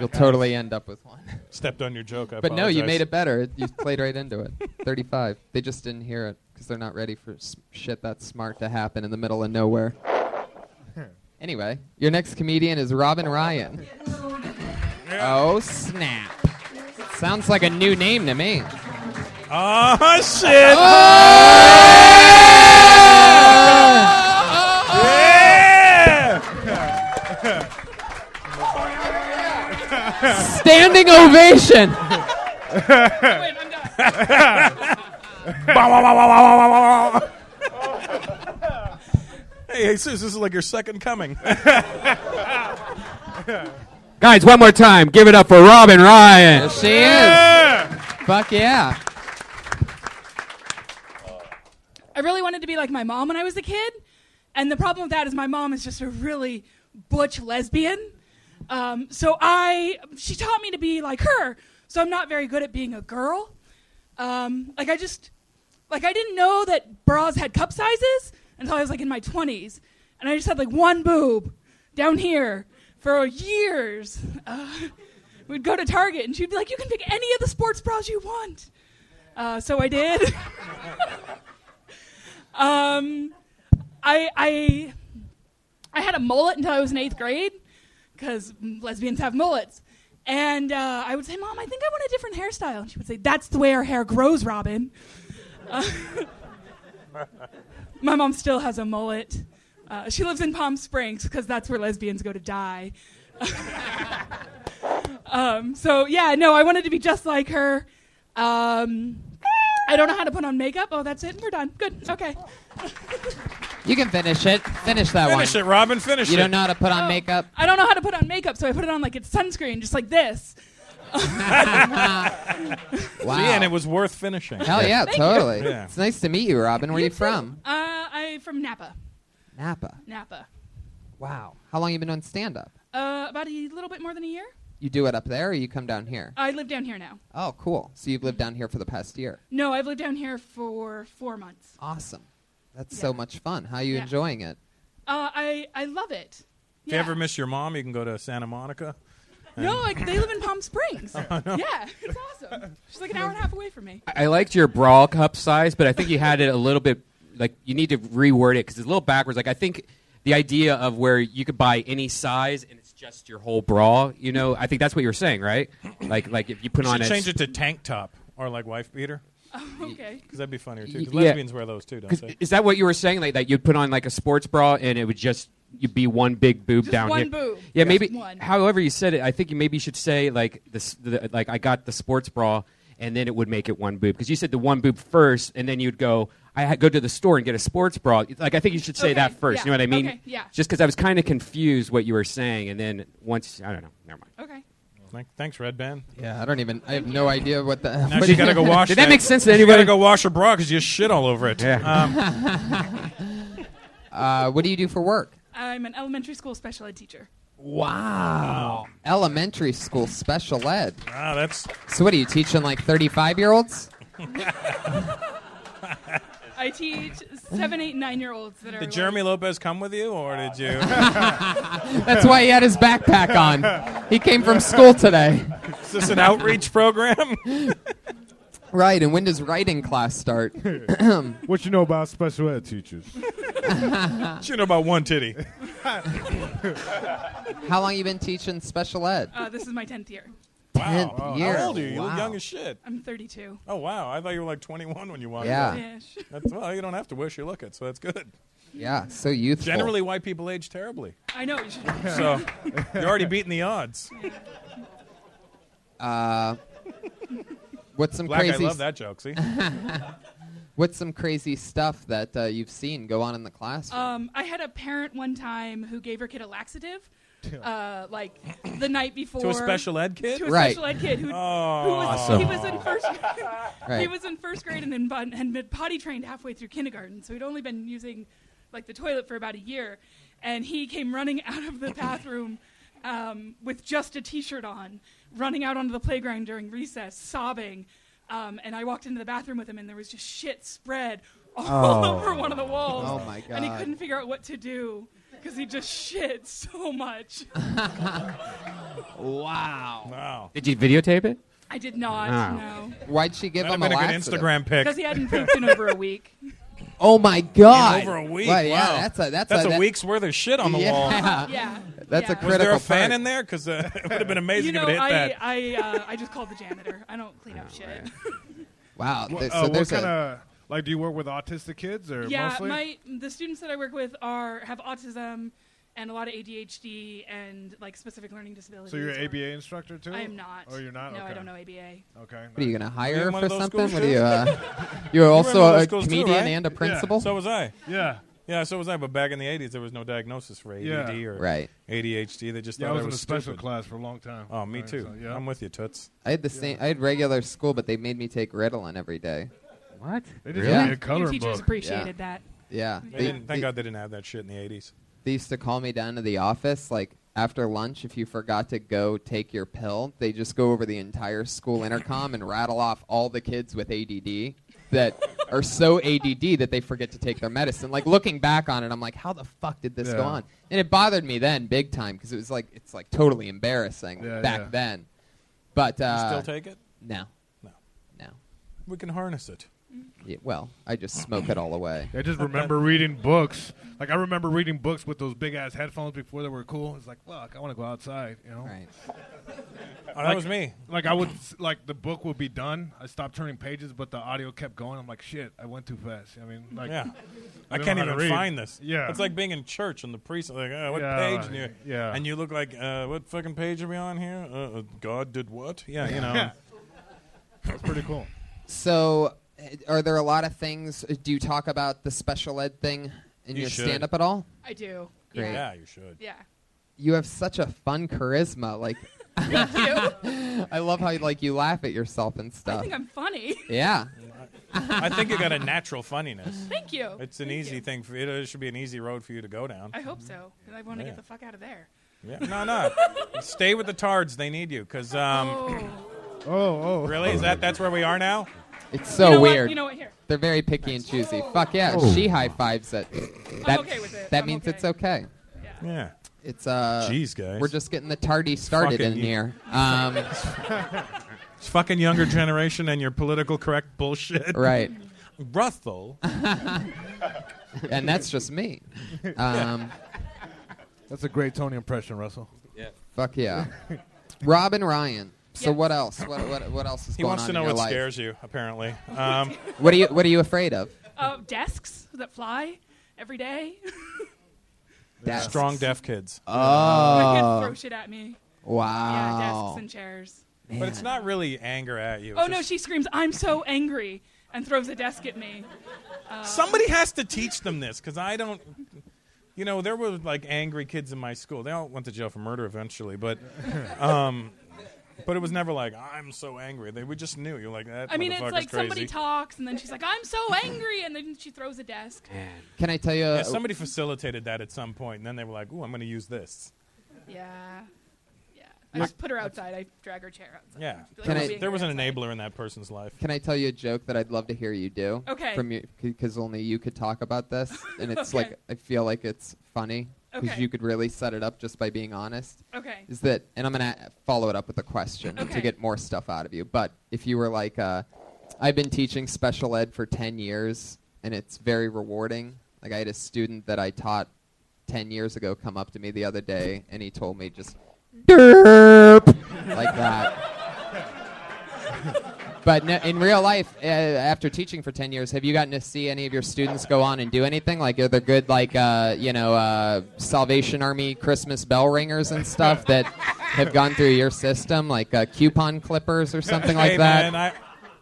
C: you'll totally end up with one.
G: Stepped on your joke. I
C: but no, you
G: apologize.
C: made it better. You played right into it. 35. They just didn't hear it because they're not ready for s- shit that's smart to happen in the middle of nowhere. Anyway, your next comedian is Robin Ryan. Oh snap! Sounds like a new name to me.
G: Oh shit!
C: Oh! Standing ovation.
G: hey, Jesus, this is like your second coming.
B: Guys, one more time. Give it up for Robin Ryan.
C: There she is. Fuck yeah.
M: I really wanted to be like my mom when I was a kid, and the problem with that is my mom is just a really butch lesbian. Um, so I, she taught me to be like her. So I'm not very good at being a girl. Um, like I just, like I didn't know that bras had cup sizes until I was like in my 20s, and I just had like one boob down here for years. Uh, we'd go to Target, and she'd be like, "You can pick any of the sports bras you want." Uh, so I did. Um, I, I, I had a mullet until I was in eighth grade because lesbians have mullets. And uh, I would say, Mom, I think I want a different hairstyle. And she would say, That's the way our hair grows, Robin. Uh, my mom still has a mullet. Uh, she lives in Palm Springs because that's where lesbians go to die. um, so, yeah, no, I wanted to be just like her. Um, I don't know how to put on makeup. Oh, that's it. We're done. Good. Okay.
C: You can finish it. Finish that one.
G: Finish it, Robin. Finish it.
C: You don't know how to put on
M: Oh,
C: makeup.
M: I don't know how to put on makeup, so I put it on like it's sunscreen, just like this.
C: Wow.
G: See, and it was worth finishing.
C: Hell yeah,
M: Thank you.
C: totally.
G: Yeah.
C: It's nice to meet you, Robin. Where are you from?
M: Uh, I'm from Napa.
C: Napa.
M: Napa.
C: Wow. How long you been doing stand up?
M: Uh, about a little bit more than a year.
C: You do it up there or you come down here?
M: I live down here now.
C: Oh, cool. So you've lived down here for the past year.
M: No, I've lived down here for four months.
C: Awesome. That's so much fun. How are you
M: Yeah.
C: enjoying it?
M: Uh, I I love it.
G: If you ever miss your mom, you can go to Santa Monica.
M: No, like they live in Palm Springs.
G: I know.
M: Yeah, it's awesome. She's like an hour and a half away from me.
K: I liked your brawl cup size, but I think you had it a little bit like you need to reword it because it's a little backwards. Like I think the idea of where you could buy any size and it's just your whole brawl. You know, I think that's what you were saying, right? Like like if you put
G: You
K: on
G: should
K: a
G: change it to tank top or like wife beater.
M: okay.
G: Because that'd be funnier too. 'cause
K: Yeah.
G: lesbians wear those too, don't
K: 'Cause
G: they?
K: Is that what you were saying? Like that you'd put on like a sports bra and it would just you'd be one big boob
M: Just
K: down
M: one
K: here.
M: boob.
K: Yeah,
M: Just
K: maybe.
M: one.
K: However you said it, I think you maybe should say like this. The, like I got the sports bra, and then it would make it one boob because you said the one boob first, and then you'd go. I ha- go to the store and get a sports bra. Like I think you should say that first.
M: yeah,
K: You know what I mean?
M: okay, yeah.
K: Just because I was kind of confused what you were saying, and then once I don't know. Never mind.
M: Okay.
G: Thanks, Red Band.
C: Yeah, I don't even. I have no idea what the.
G: Now she gotta go wash.
K: Did that make sense to
G: she
K: anybody?
G: Gotta go wash her bra because you shit all over it. Um,
C: uh, what do you do for work?
M: I'm an elementary school special ed teacher.
C: Wow. Elementary school special ed.
G: Wow, that's.
C: So what are you teaching, like 35 year olds?
M: I teach seven, eight, nine year olds that are.
G: did Jeremy Lopez come with you, or did you?
C: That's why he had his backpack on. He came from school today.
G: Is this an outreach program?
C: Right, and when does writing class start?
H: what you know about special ed teachers?
G: What you know about one titty?
C: How long you been teaching special ed?
M: Uh, this is my tenth year.
C: Tenth year.
G: How old are you? You
C: Wow.
G: look young as shit.
M: I'm 32.
G: Oh wow, I thought you were like 21 when you walked.
C: Yeah.
G: in.
M: Ish.
G: That's well, you don't have to wish you look it, so that's good.
C: Yeah, so youthful.
G: Generally, white people age terribly.
M: I know. You should.
G: So you're already beating the odds.
C: Uh, what's some
G: Black, I
C: crazy?
G: love that joke, see?
C: what's some crazy stuff that uh, you've seen go on in the class?
G: Uh,
M: Um, I had a parent one time who gave her kid a laxative, uh, like the night before.
G: To a special ed kid? Oh,
M: To a
G: Right.
M: special ed kid who, who was
G: Awesome.
M: he was in first he
G: Right.
M: was in first grade and then bun- had been potty trained halfway through kindergarten, so he'd only been using like the toilet for about a year, and he came running out of the bathroom. Um, with just a t-shirt on, running out onto the playground during recess, sobbing, um, and I walked into the bathroom with him, and there was just shit spread all
C: Oh.
M: over one of the walls.
C: Oh, my
M: And he
C: God.
M: couldn't figure out what to do because he just shit so much.
C: wow.
G: Wow.
K: Did you videotape it? Ah.
M: I did not.
K: Wow.
M: No.
C: Why'd she give
G: That'd
C: him
G: have
C: a
G: been a good
C: laxative?
G: Instagram pic.
M: Because he hadn't pooped in over a week.
C: Oh my god!
G: In over a week.
C: Right,
G: wow.
C: Yeah, that's a that's,
G: a,
C: a, that-
G: week's worth of shit on the
C: Yeah.
G: wall.
M: Yeah.
C: That's a
M: yeah.
G: Was there
C: critical
G: a fan
C: part.
G: in there? Because uh, it would have been amazing
M: You know,
G: if it hit
M: I
G: that.
M: I, uh, I just called the janitor. I don't clean
C: Oh,
M: up shit.
C: Wow.
H: Wha-
C: th-
H: uh,
C: so
H: what
C: there's
H: kind
C: a,
H: of like? Do you work with autistic kids or
M: yeah,
H: mostly?
M: my the students that I work with are have autism and a lot of ADHD and like specific learning disabilities.
H: So you're an
M: or-
H: ABA instructor too?
M: I am not.
H: Oh, you're not.
M: No,
H: okay.
M: I don't know ABA.
H: Okay.
C: What are you gonna hire
H: You're
C: her
H: in one
C: for
H: of
C: something?
H: those schools
C: What are
H: too?
C: you? Uh,
G: You
C: you're
G: were in
C: also
G: one of
C: a
G: those schools too,
C: comedian
G: right?
C: and a principal.
G: Yeah. So was I.
H: Yeah.
G: Yeah, so was I. But back in the '80s, there was no diagnosis for ADD
H: Yeah.
G: or
C: Right.
G: ADHD. They just
H: Yeah, I
G: thought
H: was in
G: was
H: a special
G: stupid.
H: class for a long time.
G: Oh, me
H: Right,
G: too.
H: so, yeah.
G: I'm with you, Toots.
C: I had the same. I had regular school, but they made me take Ritalin every day.
G: What? They
M: didn't
C: Yeah.
M: give you a color Your teachers book. appreciated
C: Yeah.
M: that.
C: Yeah.
G: They
C: They-
G: didn't- thank God they didn't have that shit in the '80s.
C: they used to call me down to the office like after lunch if you forgot to go take your pill they just go over the entire school intercom and rattle off all the kids with add that are so add that they forget to take their medicine like looking back on it i'm like how the fuck did this go
K: Yeah.
C: on and it bothered me then big time because it was like it's like totally embarrassing
G: Yeah,
C: back
G: yeah.
C: then but uh,
G: you still take it?
C: no
G: We can harness it.
H: Mm-hmm.
C: Yeah, well i just smoke it all away
H: I just remember reading books. Like I remember reading books with those big ass headphones before they were cool. It's like, fuck, I want to go outside, you know.
C: Right.
G: Oh, that was me.
H: Like I would, like the book would be done. I stopped turning pages, but the audio kept going. I'm like, shit, I went too fast. I mean, like,
G: yeah. I,
H: don't
G: can't
H: know how
G: even
H: to read.
G: find this.
H: Yeah,
G: It's like being in church and the priest, like, uh, what
H: Yeah,
G: page? And you,
H: yeah.
G: And you look like, uh, what fucking page are we on here? Uh, uh, God did what? Yeah, you know.
H: That's pretty cool.
C: So, uh, are there a lot of things? eh, Do you talk about the special ed thing in
G: You
C: your
G: should.
C: stand up at all?
M: I do.
C: Great.
G: Yeah, you should.
M: Yeah.
C: You have such a fun charisma. Like, I love how like you laugh at yourself and stuff.
M: I think I'm funny.
C: yeah.
G: I think you got a natural funniness.
M: Thank you.
G: It's an
M: Thank
G: easy
M: you.
G: thing. For, it, it should be an easy road for you to go down.
M: I hope so. 'cause I want to
G: Yeah.
M: get the fuck out of there.
G: Yeah. No, no. Stay with the tards. They need you. Because, um.
H: Oh, oh.
G: Really? Is that that's where we are now?
C: It's so
G: You know what?
C: weird.
G: You know what? Here.
C: They're very picky and choosy. Fuck yeah,
G: Oh.
C: she high fives it. That,
G: okay with it.
C: That
G: I'm
C: means it's okay.
G: Yeah.
C: It's uh.
G: Jeez, guys.
C: We're just getting the tardy started
G: Fucking
C: in
G: you-
C: here. Um,
G: It's fucking younger generation and your political correct bullshit.
C: Right.
G: Russell.
C: and that's just me. Um,
H: That's a great Tony impression, Russell.
G: Yeah.
C: Fuck yeah. Rob and Ryan. So what else? What, what, what else is
G: He
C: going
G: wants
C: on
G: to
C: in
G: know
C: your
G: what
C: life?
G: scares you, apparently. Um,
C: What are you What are you afraid of?
M: Uh, desks that fly every day.
C: Desks.
G: Strong deaf kids.
C: Oh.
M: My kids throw shit at me. Yeah,
C: Wow.
M: desks and chairs.
G: But it's not really anger at you.
M: Oh
G: It's
M: no,
G: just-
M: she screams, "I'm so angry!" and throws a desk at me. Uh,
G: Somebody has to teach them this because I don't. You know, there were like angry kids in my school. They all went to jail for murder eventually, but, um, but it was never like I'm so angry. They we just knew you're like that.
M: I mean, it's
G: motherfucker's
M: like somebody
G: crazy."
M: talks, and then she's like, "I'm so angry," and then she throws a desk.
C: Can I tell you?
G: Yeah,
C: Uh,
G: somebody facilitated that at some point, and then they were like, "Ooh, I'm going to use this."
M: Yeah, yeah. I just put her outside. I drag her chair outside.
G: Yeah,
M: Be like,
C: Can
G: there
C: I-
G: was,
M: being
G: there was an enabler in that person's life.
C: can I tell you a joke that I'd love to hear you do?
M: Okay.
C: From you, because only you could talk about this, and it's
M: Okay.
C: like I feel like it's funny because
M: Okay.
C: you could really set it up just by being honest.
M: Okay.
C: Is that? And I'm gonna follow it up with a question to
M: Okay.
C: get more stuff out of you. But if you were like, uh, I've been teaching special ed for ten years, and it's very rewarding. Like I had a student that I taught ten years ago come up to me the other day, and he told me just derp like that. But no, in real life, uh, after teaching for ten years, have you gotten to see any of your students go on and do anything? Like, are there good, like, uh, you know, uh, Salvation Army Christmas bell ringers and stuff that have gone through your system, like uh, coupon clippers or something like
G: hey,
C: that?
G: Man, I,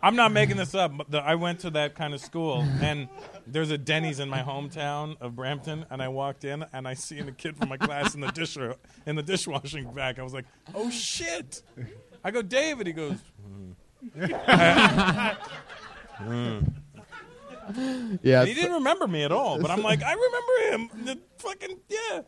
G: I'm not making this up. But the, I went to that kind of school, and there's a Denny's in my hometown of Brampton, and I walked in and I seen a kid from my class in the disher in the dishwashing back. I was like, oh shit! I go, David. He goes. "Hmm." Hmm.
C: Yeah,
G: And he
C: so-
G: didn't remember me at all, but I'm like, I remember him. The fucking yeah.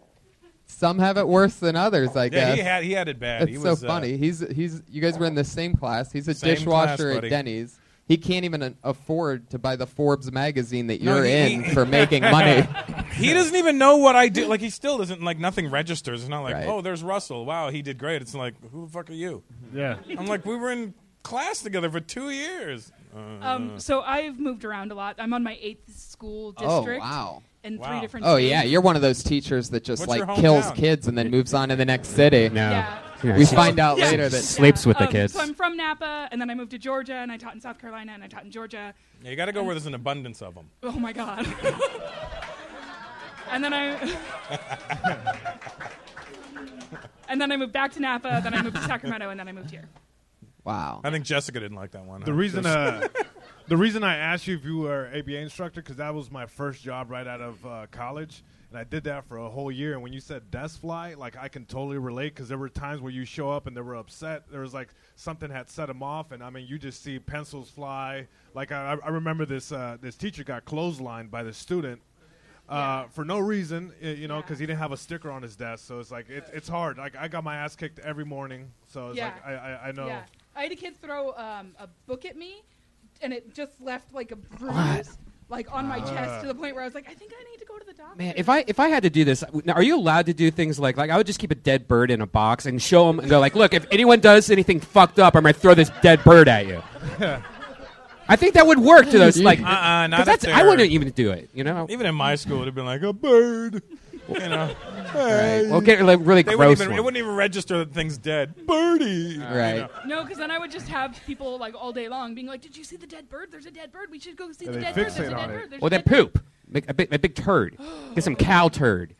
C: Some have it worse than others, I
G: Yeah,
C: guess.
G: he had- he had it bad.
C: It's
G: He
C: so
G: was, uh,
C: funny. he's he's you guys were in the same class. He's a
G: Same
C: dishwasher
G: class,
C: at
G: buddy.
C: Denny's. He can't even uh, afford to buy the Forbes magazine that
G: No,
C: you're
G: he-
C: in
G: he-
C: for making money.
G: he doesn't even know what I do. Like he still doesn't like nothing registers. It's not like oh, there's Russell. Wow, he did great. It's like who the fuck are you?
H: Yeah.
G: I'm like we were in class together for two years. Uh,
M: Um, so I've moved around a lot. I'm on my eighth school
C: Oh,
M: district.
C: wow.
M: In three
G: Wow.
M: different.
C: Oh
M: states.
C: yeah, you're one of those teachers that just
M: What's your
C: like kills
M: hometown?
C: kids and then moves on to the next city.
K: No.
M: Yeah.
K: Yeah,
C: We
K: she-
C: find out
K: yeah.
C: later that
K: Sleeps with the
M: Um,
K: kids.
M: So I'm from Napa, and then I moved to Georgia, and I taught in South Carolina, and I taught in Georgia.
G: yeah, you got to go where there's an abundance of them.
M: Oh my God. And then I. and then I moved back to Napa. Then I moved to Sacramento, and then I moved here.
C: Wow.
G: I think Jessica didn't like that one.
H: The reason, uh, the reason I asked you if you were ABA instructor because that was my first job right out of uh, college, and I did that for a whole year. And when you said desk fly, like I can totally relate because there were times where you show up and they were upset. There was like something had set them off, and I mean you just see pencils fly. Like I, I remember this uh, this teacher got clotheslined by the student. Uh, For no reason, y- you know, because he didn't have a sticker on his desk, so it's like it, it's hard. Like I got my ass kicked every morning, so it's
M: Yeah.
H: like I, I, I know.
M: Yeah. I had a kid throw um, a book at me, and it just left like a bruise, like on my chest, to the point where I was like, I think I need to go to the doctor.
K: Man, if I if I had to do this, now, are you allowed to do things like like I would just keep a dead bird in a box and show them and go like, look, if anyone does anything fucked up, I'm gonna throw this dead bird at you.
H: uh,
K: I think that would work to those like.
G: uh-uh, not
K: 'cause that's-
G: up
K: I
G: there.
K: wouldn't even do it. You know.
G: Even in my school, it would have been like a bird. You know,
K: Right. Well, get, like, really
G: They
K: gross
G: Wouldn't even,
K: one.
G: It wouldn't even register that thing's dead. Birdie.
K: Right.
G: You know?
M: No, because then I would just have people like all day long being like, "Did you see the dead bird? There's a dead bird. We should go see
K: Yeah,
M: the
K: they
M: dead bird. There's
K: fixate
M: a dead
K: on
M: bird." There's
K: Well,
M: a
K: then
M: dead bird."
K: poop. Make a big, a big turd. Get some cow turd.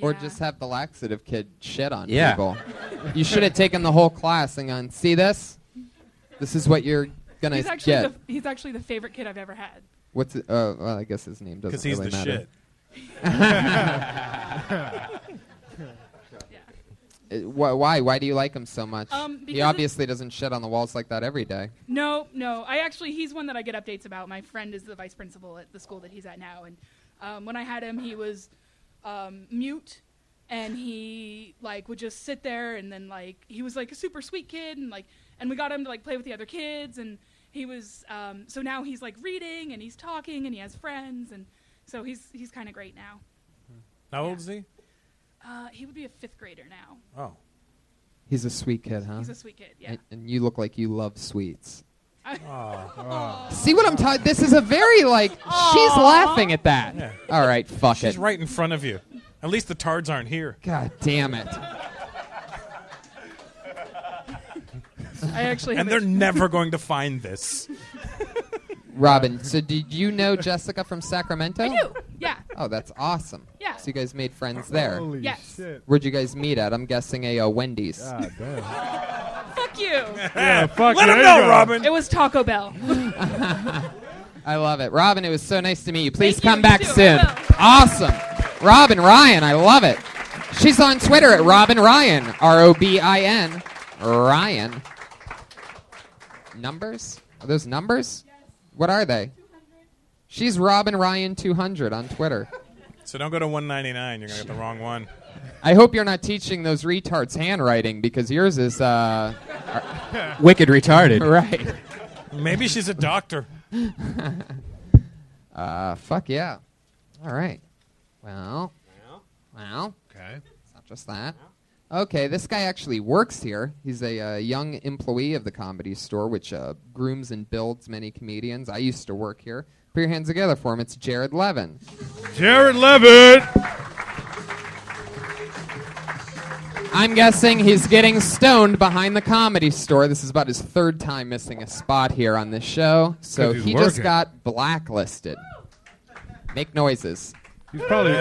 C: Or just have the laxative kid shit on
K: Yeah.
C: people. You should have taken the whole class and gone, see this? This is what you're going
M: He's
C: to
M: actually
C: get.
M: the, he's actually the favorite kid I've ever had.
C: What's it? Uh, well, I guess his name doesn't
G: 'Cause he's
C: really
G: the
C: matter. Uh, wh- why? Why do you like him so much?
M: Um, because
C: he
M: it-
C: obviously doesn't shit on the walls like that every day.
M: No, no. I actually, he's one that I get updates about. My friend is the vice principal at the school that he's at now, and um, when I had him, he was um, mute, and he like would just sit there, and then like he was like a super sweet kid, and like and we got him to like play with the other kids, and he was um, so now he's like reading and he's talking and he has friends, and so he's he's kind of great now.
G: How old is he?
M: Uh, he would be a fifth grader now.
G: Oh.
C: He's a sweet kid, huh?
M: He's a sweet kid, yeah.
C: And, and you look like you love sweets.
H: Uh,
G: Oh.
C: See what I'm talking? This is a very like she's laughing at that.
G: Yeah.
C: All right, fuck
G: She's
C: it.
G: right in front of you. At least the tards aren't here.
C: God damn it.
M: I actually
G: and
M: have
G: they're
M: a-
G: never going to find this.
C: Robin, so did you know Jessica from Sacramento?
M: I do. Yeah.
C: Oh, that's awesome.
M: Yeah.
C: So you guys made friends there.
M: Holy Yes. shit.
C: Where'd you guys meet at? I'm guessing a uh, Wendy's.
H: God damn.
M: Fuck you.
C: Yeah,
M: Let
C: fuck you.
M: him
C: There you
M: know,
C: go.
M: Robin. It was Taco Bell.
C: I love it. Robin, it was so nice to meet you. Please
M: Thank you.
C: come
M: You
C: back
M: too. I
C: soon. Awesome. Robin Ryan, I love it. She's on Twitter at Robin Ryan, R O B I N, Ryan. Numbers? Are those numbers? What are they? She's Robin Ryan 200 on Twitter.
G: So don't go to 199. You're going to get the wrong one.
C: I hope you're not teaching those retards handwriting because yours is uh, are-
K: Wicked retarded.
C: right.
G: Maybe she's a doctor.
C: Uh, fuck yeah. All right. Well. Well. Okay. It's not just that. Okay, this guy actually works here. He's a uh, young employee of the comedy store, which uh, grooms and builds many comedians. I used to work here. Put your hands together for him. It's Jared Levin.
H: Jared Levitt.
C: I'm guessing he's getting stoned behind the comedy store. This is about his third time missing a spot here on this show. So
H: 'Cause he's
C: he just
H: working.
C: got blacklisted. Make noises.
H: He's probably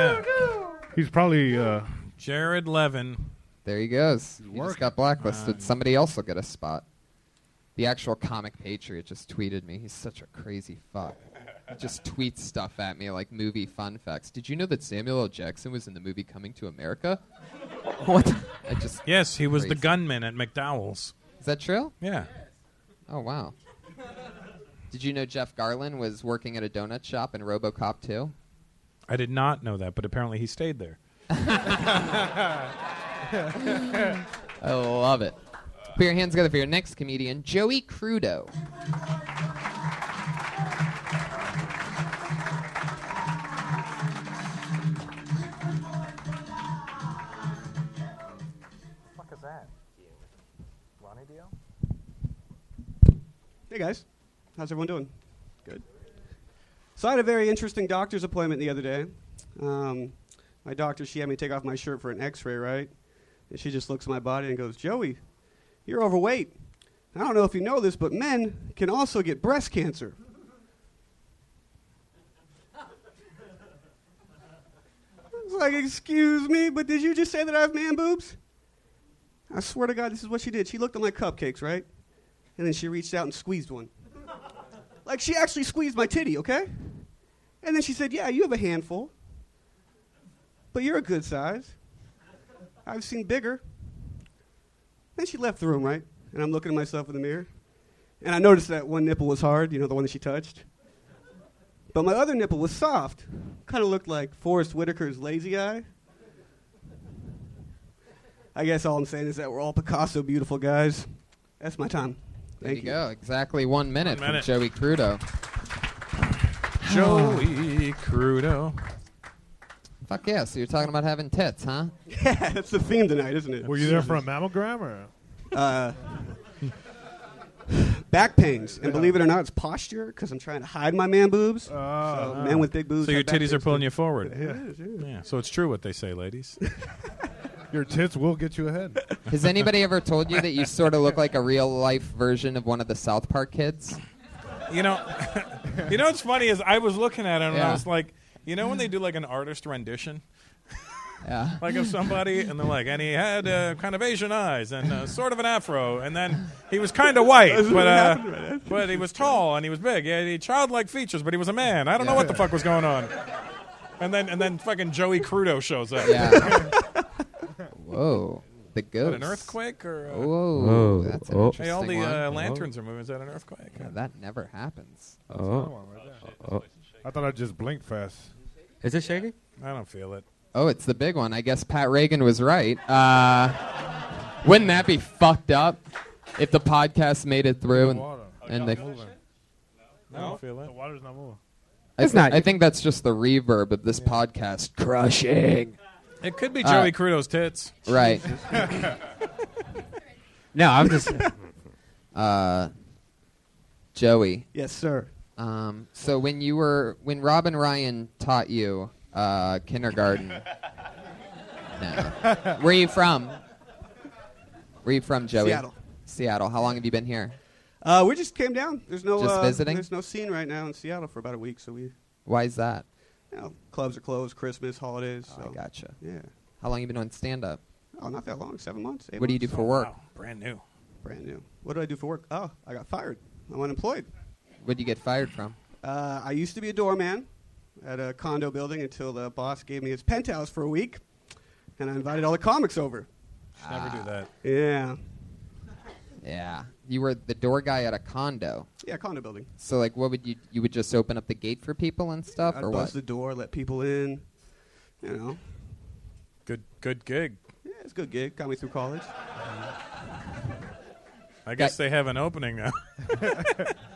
H: he's probably uh,
G: Jared Levin.
C: There he goes. He just got blacklisted.
G: Uh,
C: Somebody else will get a spot. The actual comic patriot just tweeted me. He's such a crazy fuck. He just tweets stuff at me like movie fun facts. Did you know that Samuel L. Jackson was in the movie Coming to America? What? the- I just
G: Yes, he was the
C: Crazy.
G: gunman at McDowell's.
C: Is that true?
G: Yeah.
C: Oh wow. Did you know Jeff Garland was working at a donut shop in RoboCop 2?
G: I did not know that, but apparently he stayed there.
C: I love it. Put your hands together for your next comedian, Joey Crudo.
N: fuck is that? Ronnie Dio?
O: Hey guys, how's everyone doing? Good. So I had a very interesting doctor's appointment the other day. Um, my doctor, she had me take off my shirt for an X-ray, right? And she just looks at my body and goes, "Joey, you're overweight. I don't know if you know this, but men can also get breast cancer." like, excuse me, but did you just say that I have man boobs? I swear to God, this is what she did. She looked at my cupcakes, right? And then she reached out and squeezed one. like, she actually squeezed my titty, okay? And then she said, yeah, you have a handful, but you're a good size. I've seen bigger. Then she left the room, right? And I'm looking at myself in the mirror. And I noticed that one nipple was hard, you know, the one that she touched. But my other nipple was soft. Kind of looked like Forrest Whitaker's lazy eye. I guess all I'm saying is that we're all Picasso beautiful guys. That's my time.
C: There you, go. Exactly one minute,
O: One minute.
C: from Joey Crudo.
G: Joey Crudo.
C: Fuck yeah! So you're talking about having tits, huh?
O: Yeah, that's the theme tonight, isn't it?
H: Were you there for a mammogram or?
O: Uh, back pains, and believe it or not, it's posture because I'm trying to hide my man boobs. so
G: Ah.
O: men Oh, with big boobs.
G: So your
O: have back
G: titties are
O: pains.
G: pulling you forward.
O: It is, yeah.
G: So it's true what they say, ladies.
H: Your tits will get you ahead.
C: Has anybody ever told you that you sort of look like a real life version of one of the South Park kids?
G: You know, you know what's funny is I was looking at it and I
C: Yeah.
G: was like, you know when they do like an artist rendition,
C: Yeah.
G: like of somebody, and they're like, and he had uh, kind of Asian eyes and uh, sort of an afro, and then he was kind of white,
H: That's
G: but
H: what
G: uh,
H: happened right after.
G: but he was tall and he was big, yeah, he had childlike features, but he was a man. I don't know what the fuck was going on. And then and then fucking Joey Crudo shows up.
C: Yeah. Whoa, the ghost.
G: an earthquake or, uh,
C: Whoa,
G: Whoa,
C: that's an
G: oh.
C: interesting
G: Hey, all the,
C: one.
G: uh, lanterns are moving. Is that an earthquake?
C: Yeah, that never happens.
H: Oh. Oh. I thought I just blinked fast.
K: Is it shaking?
G: I don't feel it.
C: Oh, it's the big one. I guess Pat Reagan was right. Uh, wouldn't that be fucked up if the podcast made it through and, and the
G: I don't feel it.
H: The water's not moving.
C: I,
H: It's
C: thi-
H: not-
C: I think that's just the reverb of this podcast crushing.
G: It could be
C: Uh,
G: Joey Crudo's tits.
C: Right.
K: no, I'm just.
C: uh, Joey.
O: Yes, sir.
C: Um, so when you were when Robin Ryan taught you uh, kindergarten, no. where are you from? Where are you from, Joey?
O: Seattle.
C: Seattle. How long have you been here?
O: Uh, we just came down. There's no
C: Just
O: uh,
C: visiting?
O: There's no scene right now in Seattle for about a week, so we
C: Why is that?
O: you know, clubs are closed, Christmas, holidays. So. I
C: gotcha.
O: Yeah.
C: How long you been on stand up?
O: Oh, not that long. Seven months. Eight
C: What do you
O: months.
C: do for work?
G: Brand new.
O: Brand new. What do I do for work? Oh, I got fired. I'm unemployed.
C: What would you get fired from?
O: Uh, I used to be a doorman at a condo building until the boss gave me his penthouse for a week, and I invited all the comics over.
G: Never do that.
O: Yeah.
C: Yeah. You were the door guy at a condo.
O: Yeah, condo building.
C: So like, what would you you would just open up the gate for people and stuff,
O: I'd
C: or
O: bust
C: what?
O: the door, let people in. You know.
G: Good, good gig.
O: Yeah, it's a good gig. Got me through college.
G: I guess they have an opening now.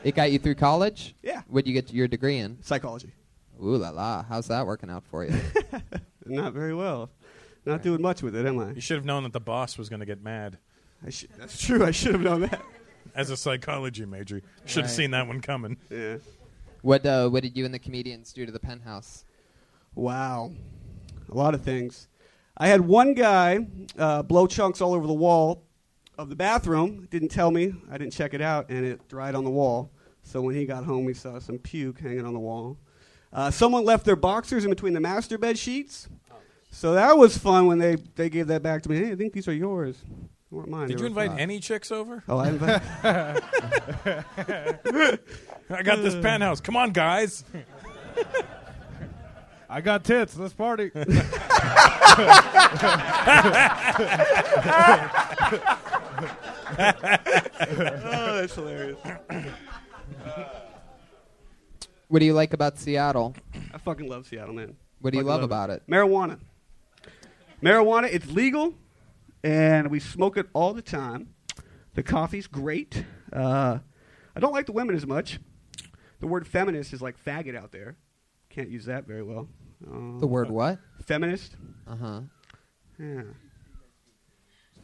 C: It got you through college.
O: Yeah.
C: What'd you get your degree in?
O: Psychology.
C: Ooh la la! How's that working out for you?
O: Not very well. Not doing much with it, am I?
G: you should have known that the boss was going to get mad.
O: I should, that's true. I should have known that.
G: As a psychology major, should have
C: Right.
G: seen that one coming.
O: Yeah.
C: what uh, What did you and the comedians do to the penthouse?
O: Wow. A lot of things. I had one guy uh, blow chunks all over the wall of the bathroom. Didn't tell me. I didn't check it out, and it dried on the wall. So when he got home, we saw some puke hanging on the wall. Uh, someone left their boxers in between the master bed sheets. So that was fun when they, they gave that back to me. Hey, I think these are yours. They weren't mine.
G: Did
O: They
G: you
O: were
G: invite
O: from-
G: any chicks over?
O: Oh, I invited.
G: I got this penthouse. Come on, guys.
H: I got tits. Let's party.
O: oh, that's hilarious.
C: What do you like about Seattle?
O: I fucking love Seattle, man.
C: What do you
O: Fucking
C: love about it?
O: Marijuana. Marijuana, it's legal, and we smoke it all the time. The coffee's great. Uh, I don't like the women as much. The word feminist is like faggot out there. Can't use that very well. Uh,
C: The word what?
O: Feminist.
C: Uh huh.
O: Yeah.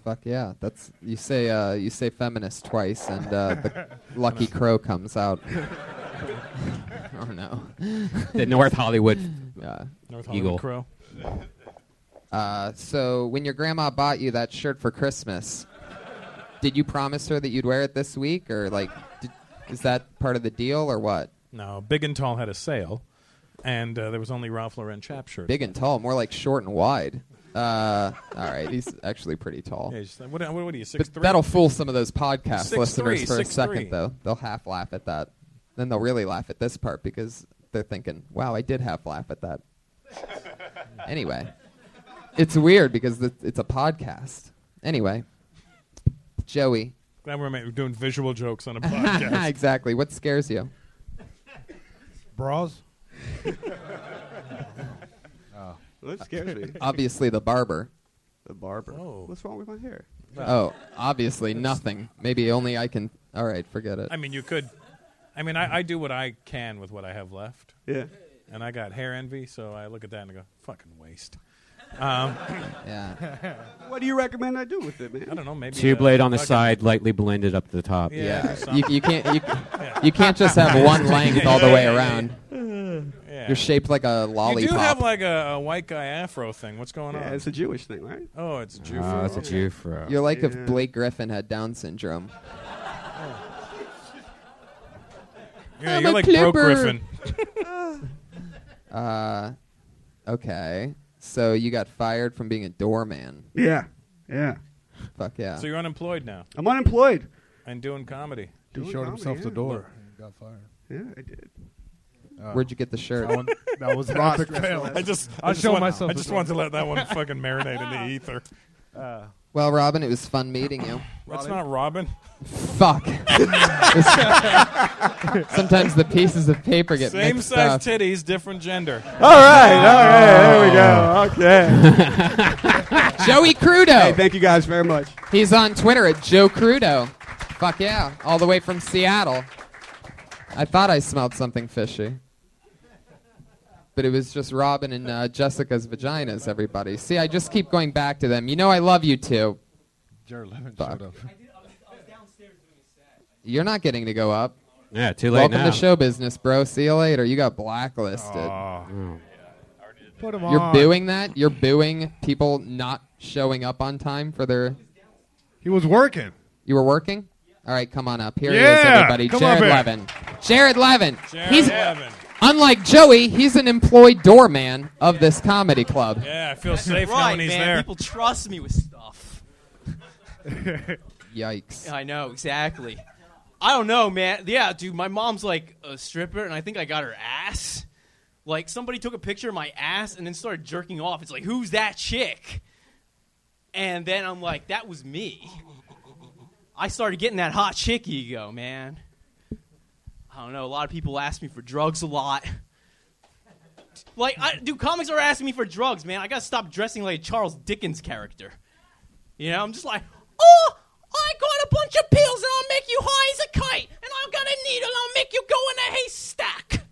C: Fuck yeah! That's you say. Uh, you say feminist twice, and uh, the lucky crow comes out. oh no!
K: The North Hollywood
C: Yeah.
G: North Hollywood Crow.
C: Uh, so when your grandma bought you that shirt for Christmas, did you promise her that you'd wear it this week, or like, did, is that part of the deal, or what?
G: No, Big and Tall had a sale, and uh, there was only Ralph Lauren chap shirt.
C: Big and tall, more like short and wide. Uh, all right, he's actually pretty tall.
G: Yeah, just like, what, what, what are you,
C: But
G: 6'3"?
C: that'll fool some of those podcast
G: 6'3",
C: listeners for a second,
G: 6'3".
C: though. They'll half laugh at that. Then they'll really laugh at this part because they're thinking, wow, I did half laugh at that. anyway, it's weird because th- it's a podcast. Anyway, Joey.
G: Glad we're ma- we're doing visual jokes on a podcast.
C: exactly. What scares you?
H: Bras?
O: oh. That scares me.
C: Obviously, the barber.
O: The barber. What's wrong with my hair?
C: Oh, obviously nothing. Maybe only I can. All right, forget it.
G: I mean, you could. I mean, I, I do what I can with what I have left.
O: Yeah.
G: And I got hair envy, so I look at that and I go, fucking waste. Um,
C: yeah.
O: What do you recommend I do with it, man?
G: I don't know. Maybe
K: Two
G: uh,
K: blade on the
G: fucking-
K: side, lightly blended up to the top.
G: Yeah,
C: Yeah. You, you can't you, you can't just have one length all the way around.
G: Yeah.
C: You're shaped like a
G: You do
C: lollipop.
G: have like a, a white guy afro thing. What's going on?
O: Yeah, it's a Jewish thing, right?
G: Oh, it's a Jew.
K: Ah, it's a
G: Okay.
K: Jew fro.
C: You're like
G: Yeah.
C: if Blake Griffin had Down syndrome.
G: Yeah,
C: I'm
G: you're
C: a
G: like Broke
C: clipper.
G: Griffin.
C: Uh, okay. So you got fired from being a doorman.
O: Yeah. Yeah.
C: Fuck yeah.
G: So you're unemployed now.
O: I'm unemployed.
G: And doing comedy.
O: He Doing showed comedy, himself the yeah. door.
G: got fired.
O: Yeah, I did.
C: Where'd you get the shirt?
G: That one-
H: that was an epic fail.
G: I just, I
H: I'll
G: just
H: show
G: want,
H: myself
G: I
H: the
G: just
H: door.
G: want to let that one fucking marinate in the ether.
O: Uh,
C: Well, Robin, it was fun meeting you.
G: That's not Robin.
C: Fuck. Sometimes the pieces of paper get
G: Same
C: mixed
G: size
C: up.
G: titties, different gender.
C: All
O: right, all right, there we go.
C: Okay. Joey Crudo.
O: Hey, thank you guys very much.
C: He's on Twitter at Joe Crudo. Fuck yeah, all the way from Seattle. I thought I smelled something fishy. But it was just Robin and uh, Jessica's vaginas, everybody. See, I just keep going back to them. You know I love you two.
H: Jared Levin
C: Fuck.
H: showed up.
C: You're not getting to go up.
K: Yeah, too late
C: Welcome
K: now.
C: to show business, bro. See you later. You got blacklisted. Mm.
H: Put him
C: You're
H: on.
C: booing that? You're booing people not showing up on time for their.
H: He was working.
C: You were working? All right, come on up. Here he is,
H: Yeah,
C: everybody.
H: come
C: Jared
H: up here.
C: Levin. Jared Levin.
G: Jared
C: he's,
G: Levin.
C: Unlike Joey, he's an employed doorman of this comedy club.
G: Yeah, I feel safe
P: right,
G: knowing he's
P: man.
G: there.
P: People trust me with stuff.
C: Yikes.
P: I know exactly. I don't know, man. Yeah, dude, my mom's like a stripper, and I think I got her ass. Like somebody took a picture of my ass and then started jerking off. It's like, who's that chick? And then I'm like, that was me. I started getting that hot chick ego, man. I don't know. A lot of people ask me for drugs a lot. Like, I, dude, comics are asking me for drugs, man. I gotta stop dressing like a Charles Dickens character. You know, I'm just like, oh, I got a bunch of pills and I'll make you high as a kite, and I've got a needle and I'll make you go in a haystack.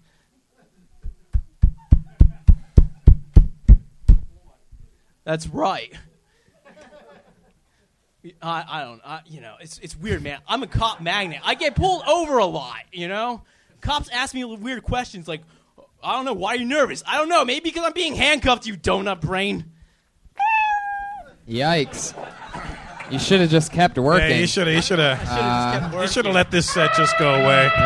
P: That's right. I, I don't, I, you know, it's, it's weird, man. I'm a cop magnet. I get pulled over a lot, you know? Cops ask me weird questions like, I don't know, why are you nervous? I don't know, maybe because I'm being handcuffed, you donut brain.
C: Yikes. You should have just kept working.
G: Yeah, you should have. You should
C: Uh,
G: have. you should have let this set just go away.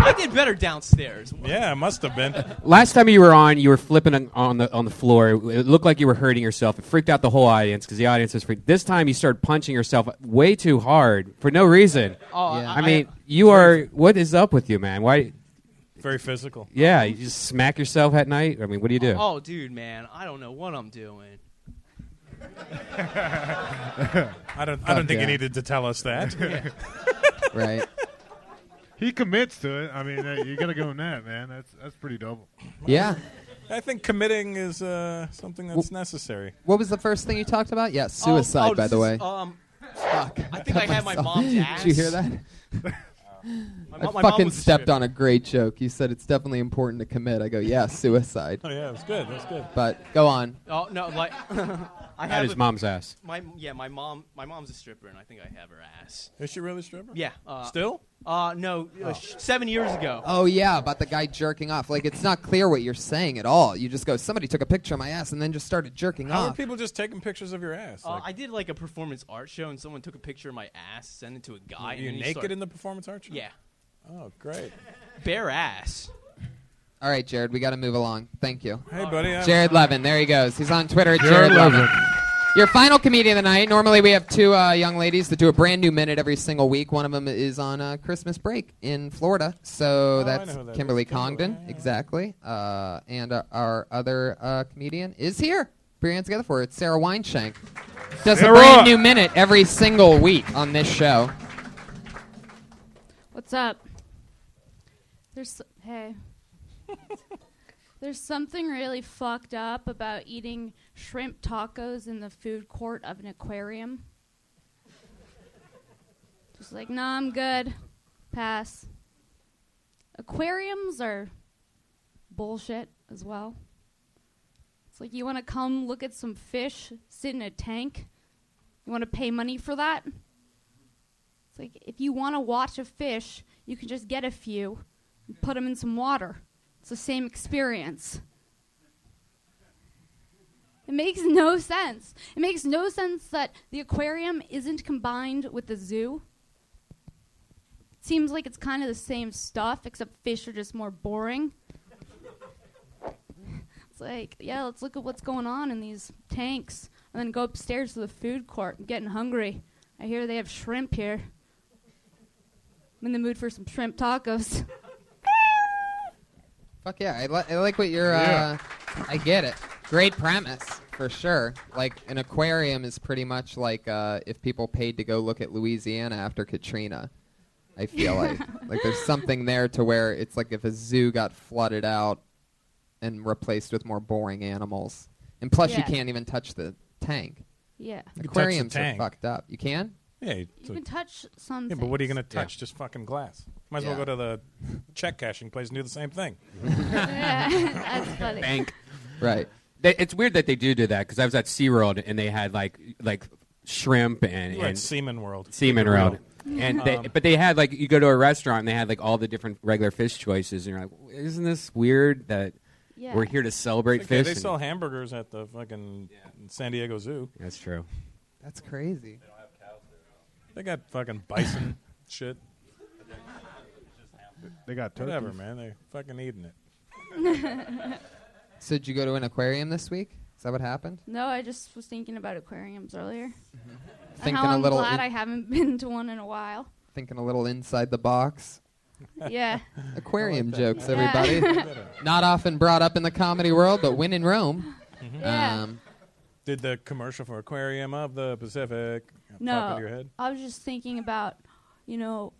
P: I did better downstairs.
G: Yeah, it must have been.
K: Last time you were on, you were flipping on- on the on the floor. It looked like you were hurting yourself. It freaked out the whole audience because the audience was freaked. This time you started punching yourself way too hard for no reason.
P: Oh,
K: I,
P: Yeah.
K: mean, you are. What is up with you, man? Why?
G: Very physical.
K: Yeah, you just smack yourself at night. I mean, what do you do?
P: Oh, dude, man, I don't know what I'm doing.
G: I don't. I
K: Fuck
G: don't think
K: yeah.
G: you needed to tell us that.
C: right.
H: He commits to it. I mean, uh, you gotta give him that, man. That's that's pretty dope.
C: Yeah.
G: I think committing is uh, something that's necessary.
C: What was the first thing you talked about? Yes,
G: Oh, oh,
C: suicide, by
G: this
C: the
G: is-
C: way.
P: Um, I think
C: cut
P: I had my
C: myself.
P: mom's ass.
C: Did you hear that?
P: my
C: I
P: mom, my mom
C: fucking
P: was a
C: stepped
P: stripper.
C: on a great joke. You said it's definitely important to commit. I go, yeah, suicide.
G: Oh yeah, it was good. It was good.
C: But go on.
P: Oh no, like I
K: At
P: have
K: his
P: a-
K: mom's ass.
P: My yeah, my mom, my mom's a stripper, and I think I have her ass.
G: Is she really a stripper?
P: Yeah. Uh,
G: Still? Oh.
P: Uh, no, uh, sh- seven years ago.
C: Oh yeah, about the guy jerking off. Like it's not clear what you're saying at all. You just go, somebody took a picture of my ass and then just started jerking
G: How are
C: off.
G: people just taking pictures of your ass?
P: Uh,
G: Like,
P: I did like a performance art show, and someone took a picture of my ass, sent it to a guy.
G: Were
P: and
G: you
P: then he
G: naked
P: started-
G: Oh, in the performance art show?
P: Yeah,
G: Oh, great.
P: bare ass.
C: All right, Jared, we got to move along. Thank you.
G: Hey, buddy, I'm-
C: Jared Levin, there he goes. He's on Twitter at
G: Jared
C: Jared, Levin.
G: Levin.
C: Your final comedian of the night. Normally, we have two uh, young ladies that do a brand new minute every single week. One of them is on uh, Christmas break in Florida, so that's
K: who that is.
C: Kimberly Congdon, exactly. Uh, and uh, our other uh, comedian is here. Put your hands together for her. It's Sarah Weinshank. Does
Q: Sarah!
C: a brand new minute every single week on this show.
Q: What's up? There's hey. There's something really fucked up about eating shrimp tacos in the food court of an aquarium. Just like, nah, I'm good. Pass. Aquariums are bullshit as well. It's like you want to come look at some fish sit in a tank. You want to pay money for that? It's like if you want to watch a fish, you can just get a few and put them in some water. It's the same experience. It makes no sense. It makes no sense that the aquarium isn't combined with the zoo. It seems like it's kind of the same stuff, except fish are just more boring. It's like, yeah, let's look at what's going on in these tanks and then go upstairs to the food court. I'm getting hungry. I hear they have shrimp here. I'm in the mood for some shrimp tacos.
C: Fuck yeah, I, li- I like what you're.
Q: Yeah.
C: Uh, I get it. Great premise for sure. Like an aquarium is pretty much like uh, if people paid to go look at Louisiana after Katrina. I feel like like there's something there to where it's like if a zoo got flooded out and replaced with more boring animals. And plus, you
Q: Yeah.
C: can't even touch the tank.
Q: Yeah. You can touch the
C: Aquariums
G: tank.
C: are fucked up. You can.
G: Yeah, you,
Q: You can touch some.
G: yeah, but what are you
Q: things.
G: going to touch? Just fucking glass. Might as
Q: Yeah.
G: well go to the check cashing place and do the same thing.
Q: Yeah, that's funny.
K: Bank.
C: Right.
K: They, it's weird that they do do that because I was at SeaWorld and they had like like shrimp and,
G: You were at
K: and
G: Seaman World.
K: Seaman
G: Real.
K: World. And they,
G: Um,
K: but they had like you go to a restaurant and they had like all the different regular fish choices and you're like, isn't this weird that
G: Yeah.
K: we're here to celebrate
G: It's like, yeah,
K: fish?
G: they
K: and-
G: sell hamburgers at the fucking San Diego Zoo.
K: That's true.
C: That's crazy.
G: They got fucking bison shit.
H: They got turkeys.
G: Whatever, man. They fucking eating it.
C: So did you go to an aquarium this week? Is that what happened?
Q: No, I just was thinking about aquariums earlier. And
C: Thinking
Q: how
C: a
Q: I'm
C: little
Q: glad
C: in-
Q: I haven't been to one in a while.
C: Thinking a little inside the box.
Q: Yeah.
C: Aquarium jokes,
Q: Yeah.
C: everybody. Not often brought up in the comedy world, but when in Rome.
Q: Mm-hmm. Yeah.
C: Um,
G: Mm-hmm. Did the commercial for Aquarium of the Pacific pop
Q: No,
G: into your head?
Q: I was just thinking about, you know,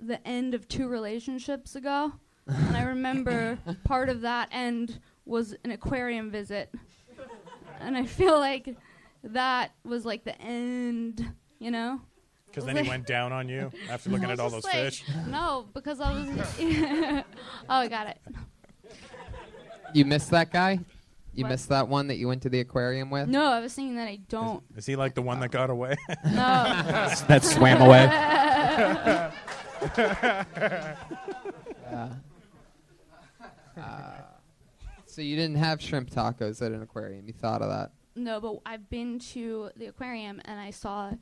Q: the end of two relationships ago, and I remember part of that end was an aquarium visit, and I feel like that was like the end, you know.
G: Because
Q: It was
G: then
Q: like-
G: he went down on you after looking
Q: I
G: at all
Q: was
G: those
Q: just like,
G: fish.
Q: No, because I was. oh, I got it.
C: you missed that guy? You
Q: What?
C: missed that one that you went to the aquarium with?
Q: No, I was thinking that I don't.
G: Is he like the one that got away?
Q: No.
C: That swam away. Uh, uh, so you didn't have shrimp tacos at an aquarium. You thought of that.
Q: No, but I've been to the aquarium and I saw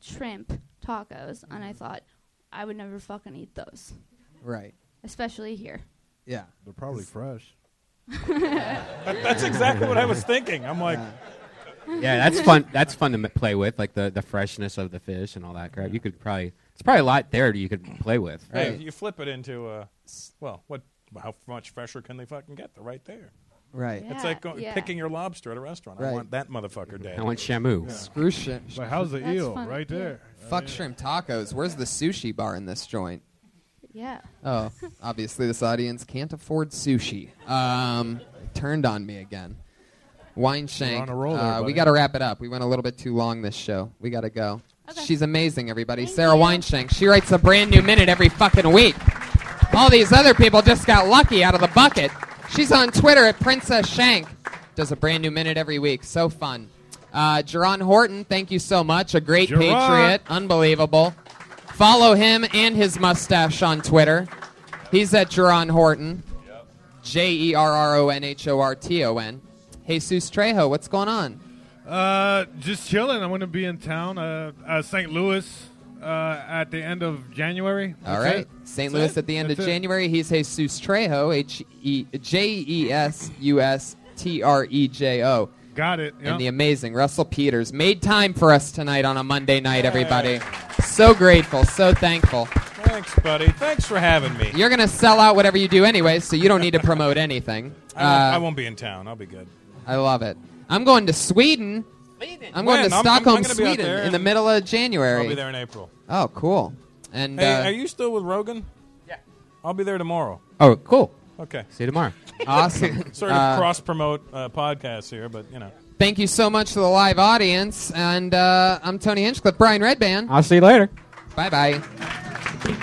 Q: shrimp tacos and I thought I would never fucking eat those.
C: Right.
Q: Especially here.
C: Yeah.
H: They're probably fresh.
G: That- that's exactly what I was thinking. I'm like,
K: Yeah, that's fun. That's fun to m- play with, like the, the freshness of the fish and all that crap. You could probably it's probably a lot there you could play with.
G: Hey, you flip it into uh, well, what? How much fresher can they fucking get? They're right there.
C: Right.
G: it's
H: Yeah,
G: like go-
H: yeah.
G: picking your lobster at a restaurant. I
C: Right.
G: want that motherfucker dead.
K: I want Shamu.
C: Screw shrimp.
H: But how's the That's eel? funny, Right yeah. there.
C: Fuck shrimp tacos. Where's the sushi bar in this joint?
Q: Yeah.
C: Oh, obviously this audience can't afford sushi. Um, turned on me again. Wine
K: We're
C: shank.
K: on a roll there,
C: uh, we
K: buddy.
C: got to wrap it up. We went a little bit too long this show. We got to go. She's amazing, everybody. Sarah Wineshank. She writes a brand new minute every fucking week. All these other people just got lucky out of the bucket. She's on Twitter at Princess Shank. Does a brand new minute every week. So fun. Uh, Jerron Horton, thank you so much. A great
K: Jerron.
C: patriot. Unbelievable. Follow him and his mustache on Twitter. He's at Jerron Horton. J E R R O N H O R T O N. Jesus Trejo, what's going on?
H: Uh, just chilling. I'm going to be in town, uh, uh, St. Louis, uh, at the end of January.
C: All
H: That's
C: right.
H: it.
C: St.
H: That's
C: Louis
H: it.
C: at the end of
H: That's it.
C: January. He's Jesus Trejo, H E J E S U S T R E J O.
H: Got it.
C: And
H: yeah.
C: the amazing Russell Peters made time for us tonight on a Monday night, everybody. So grateful, so thankful.
G: Thanks, buddy. Thanks for having me.
C: You're going to sell out whatever you do anyway, so you don't need to promote anything.
G: I won't,
C: Uh,
G: I won't be in town. I'll be good.
C: I love it. I'm going to Sweden.
G: When?
C: I'm going to
G: I'm- I'm-
C: Stockholm,
G: I'm gonna be out
C: Sweden,
G: there
C: in the
G: in-
C: middle of January.
G: I'll be there in April.
C: Oh, cool. And
G: hey,
C: uh,
G: are you still with Rogan? Yeah. I'll be there tomorrow.
C: oh, cool.
G: Okay.
C: See you tomorrow. Awesome.
G: Sorry to
C: Uh,
G: cross promote uh, podcasts here, but you know.
C: Thank you so much to the live audience, and uh, I'm Tony Hinchcliffe, Brian Redband.
B: I'll see you later.
C: Bye bye.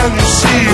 R: Can you see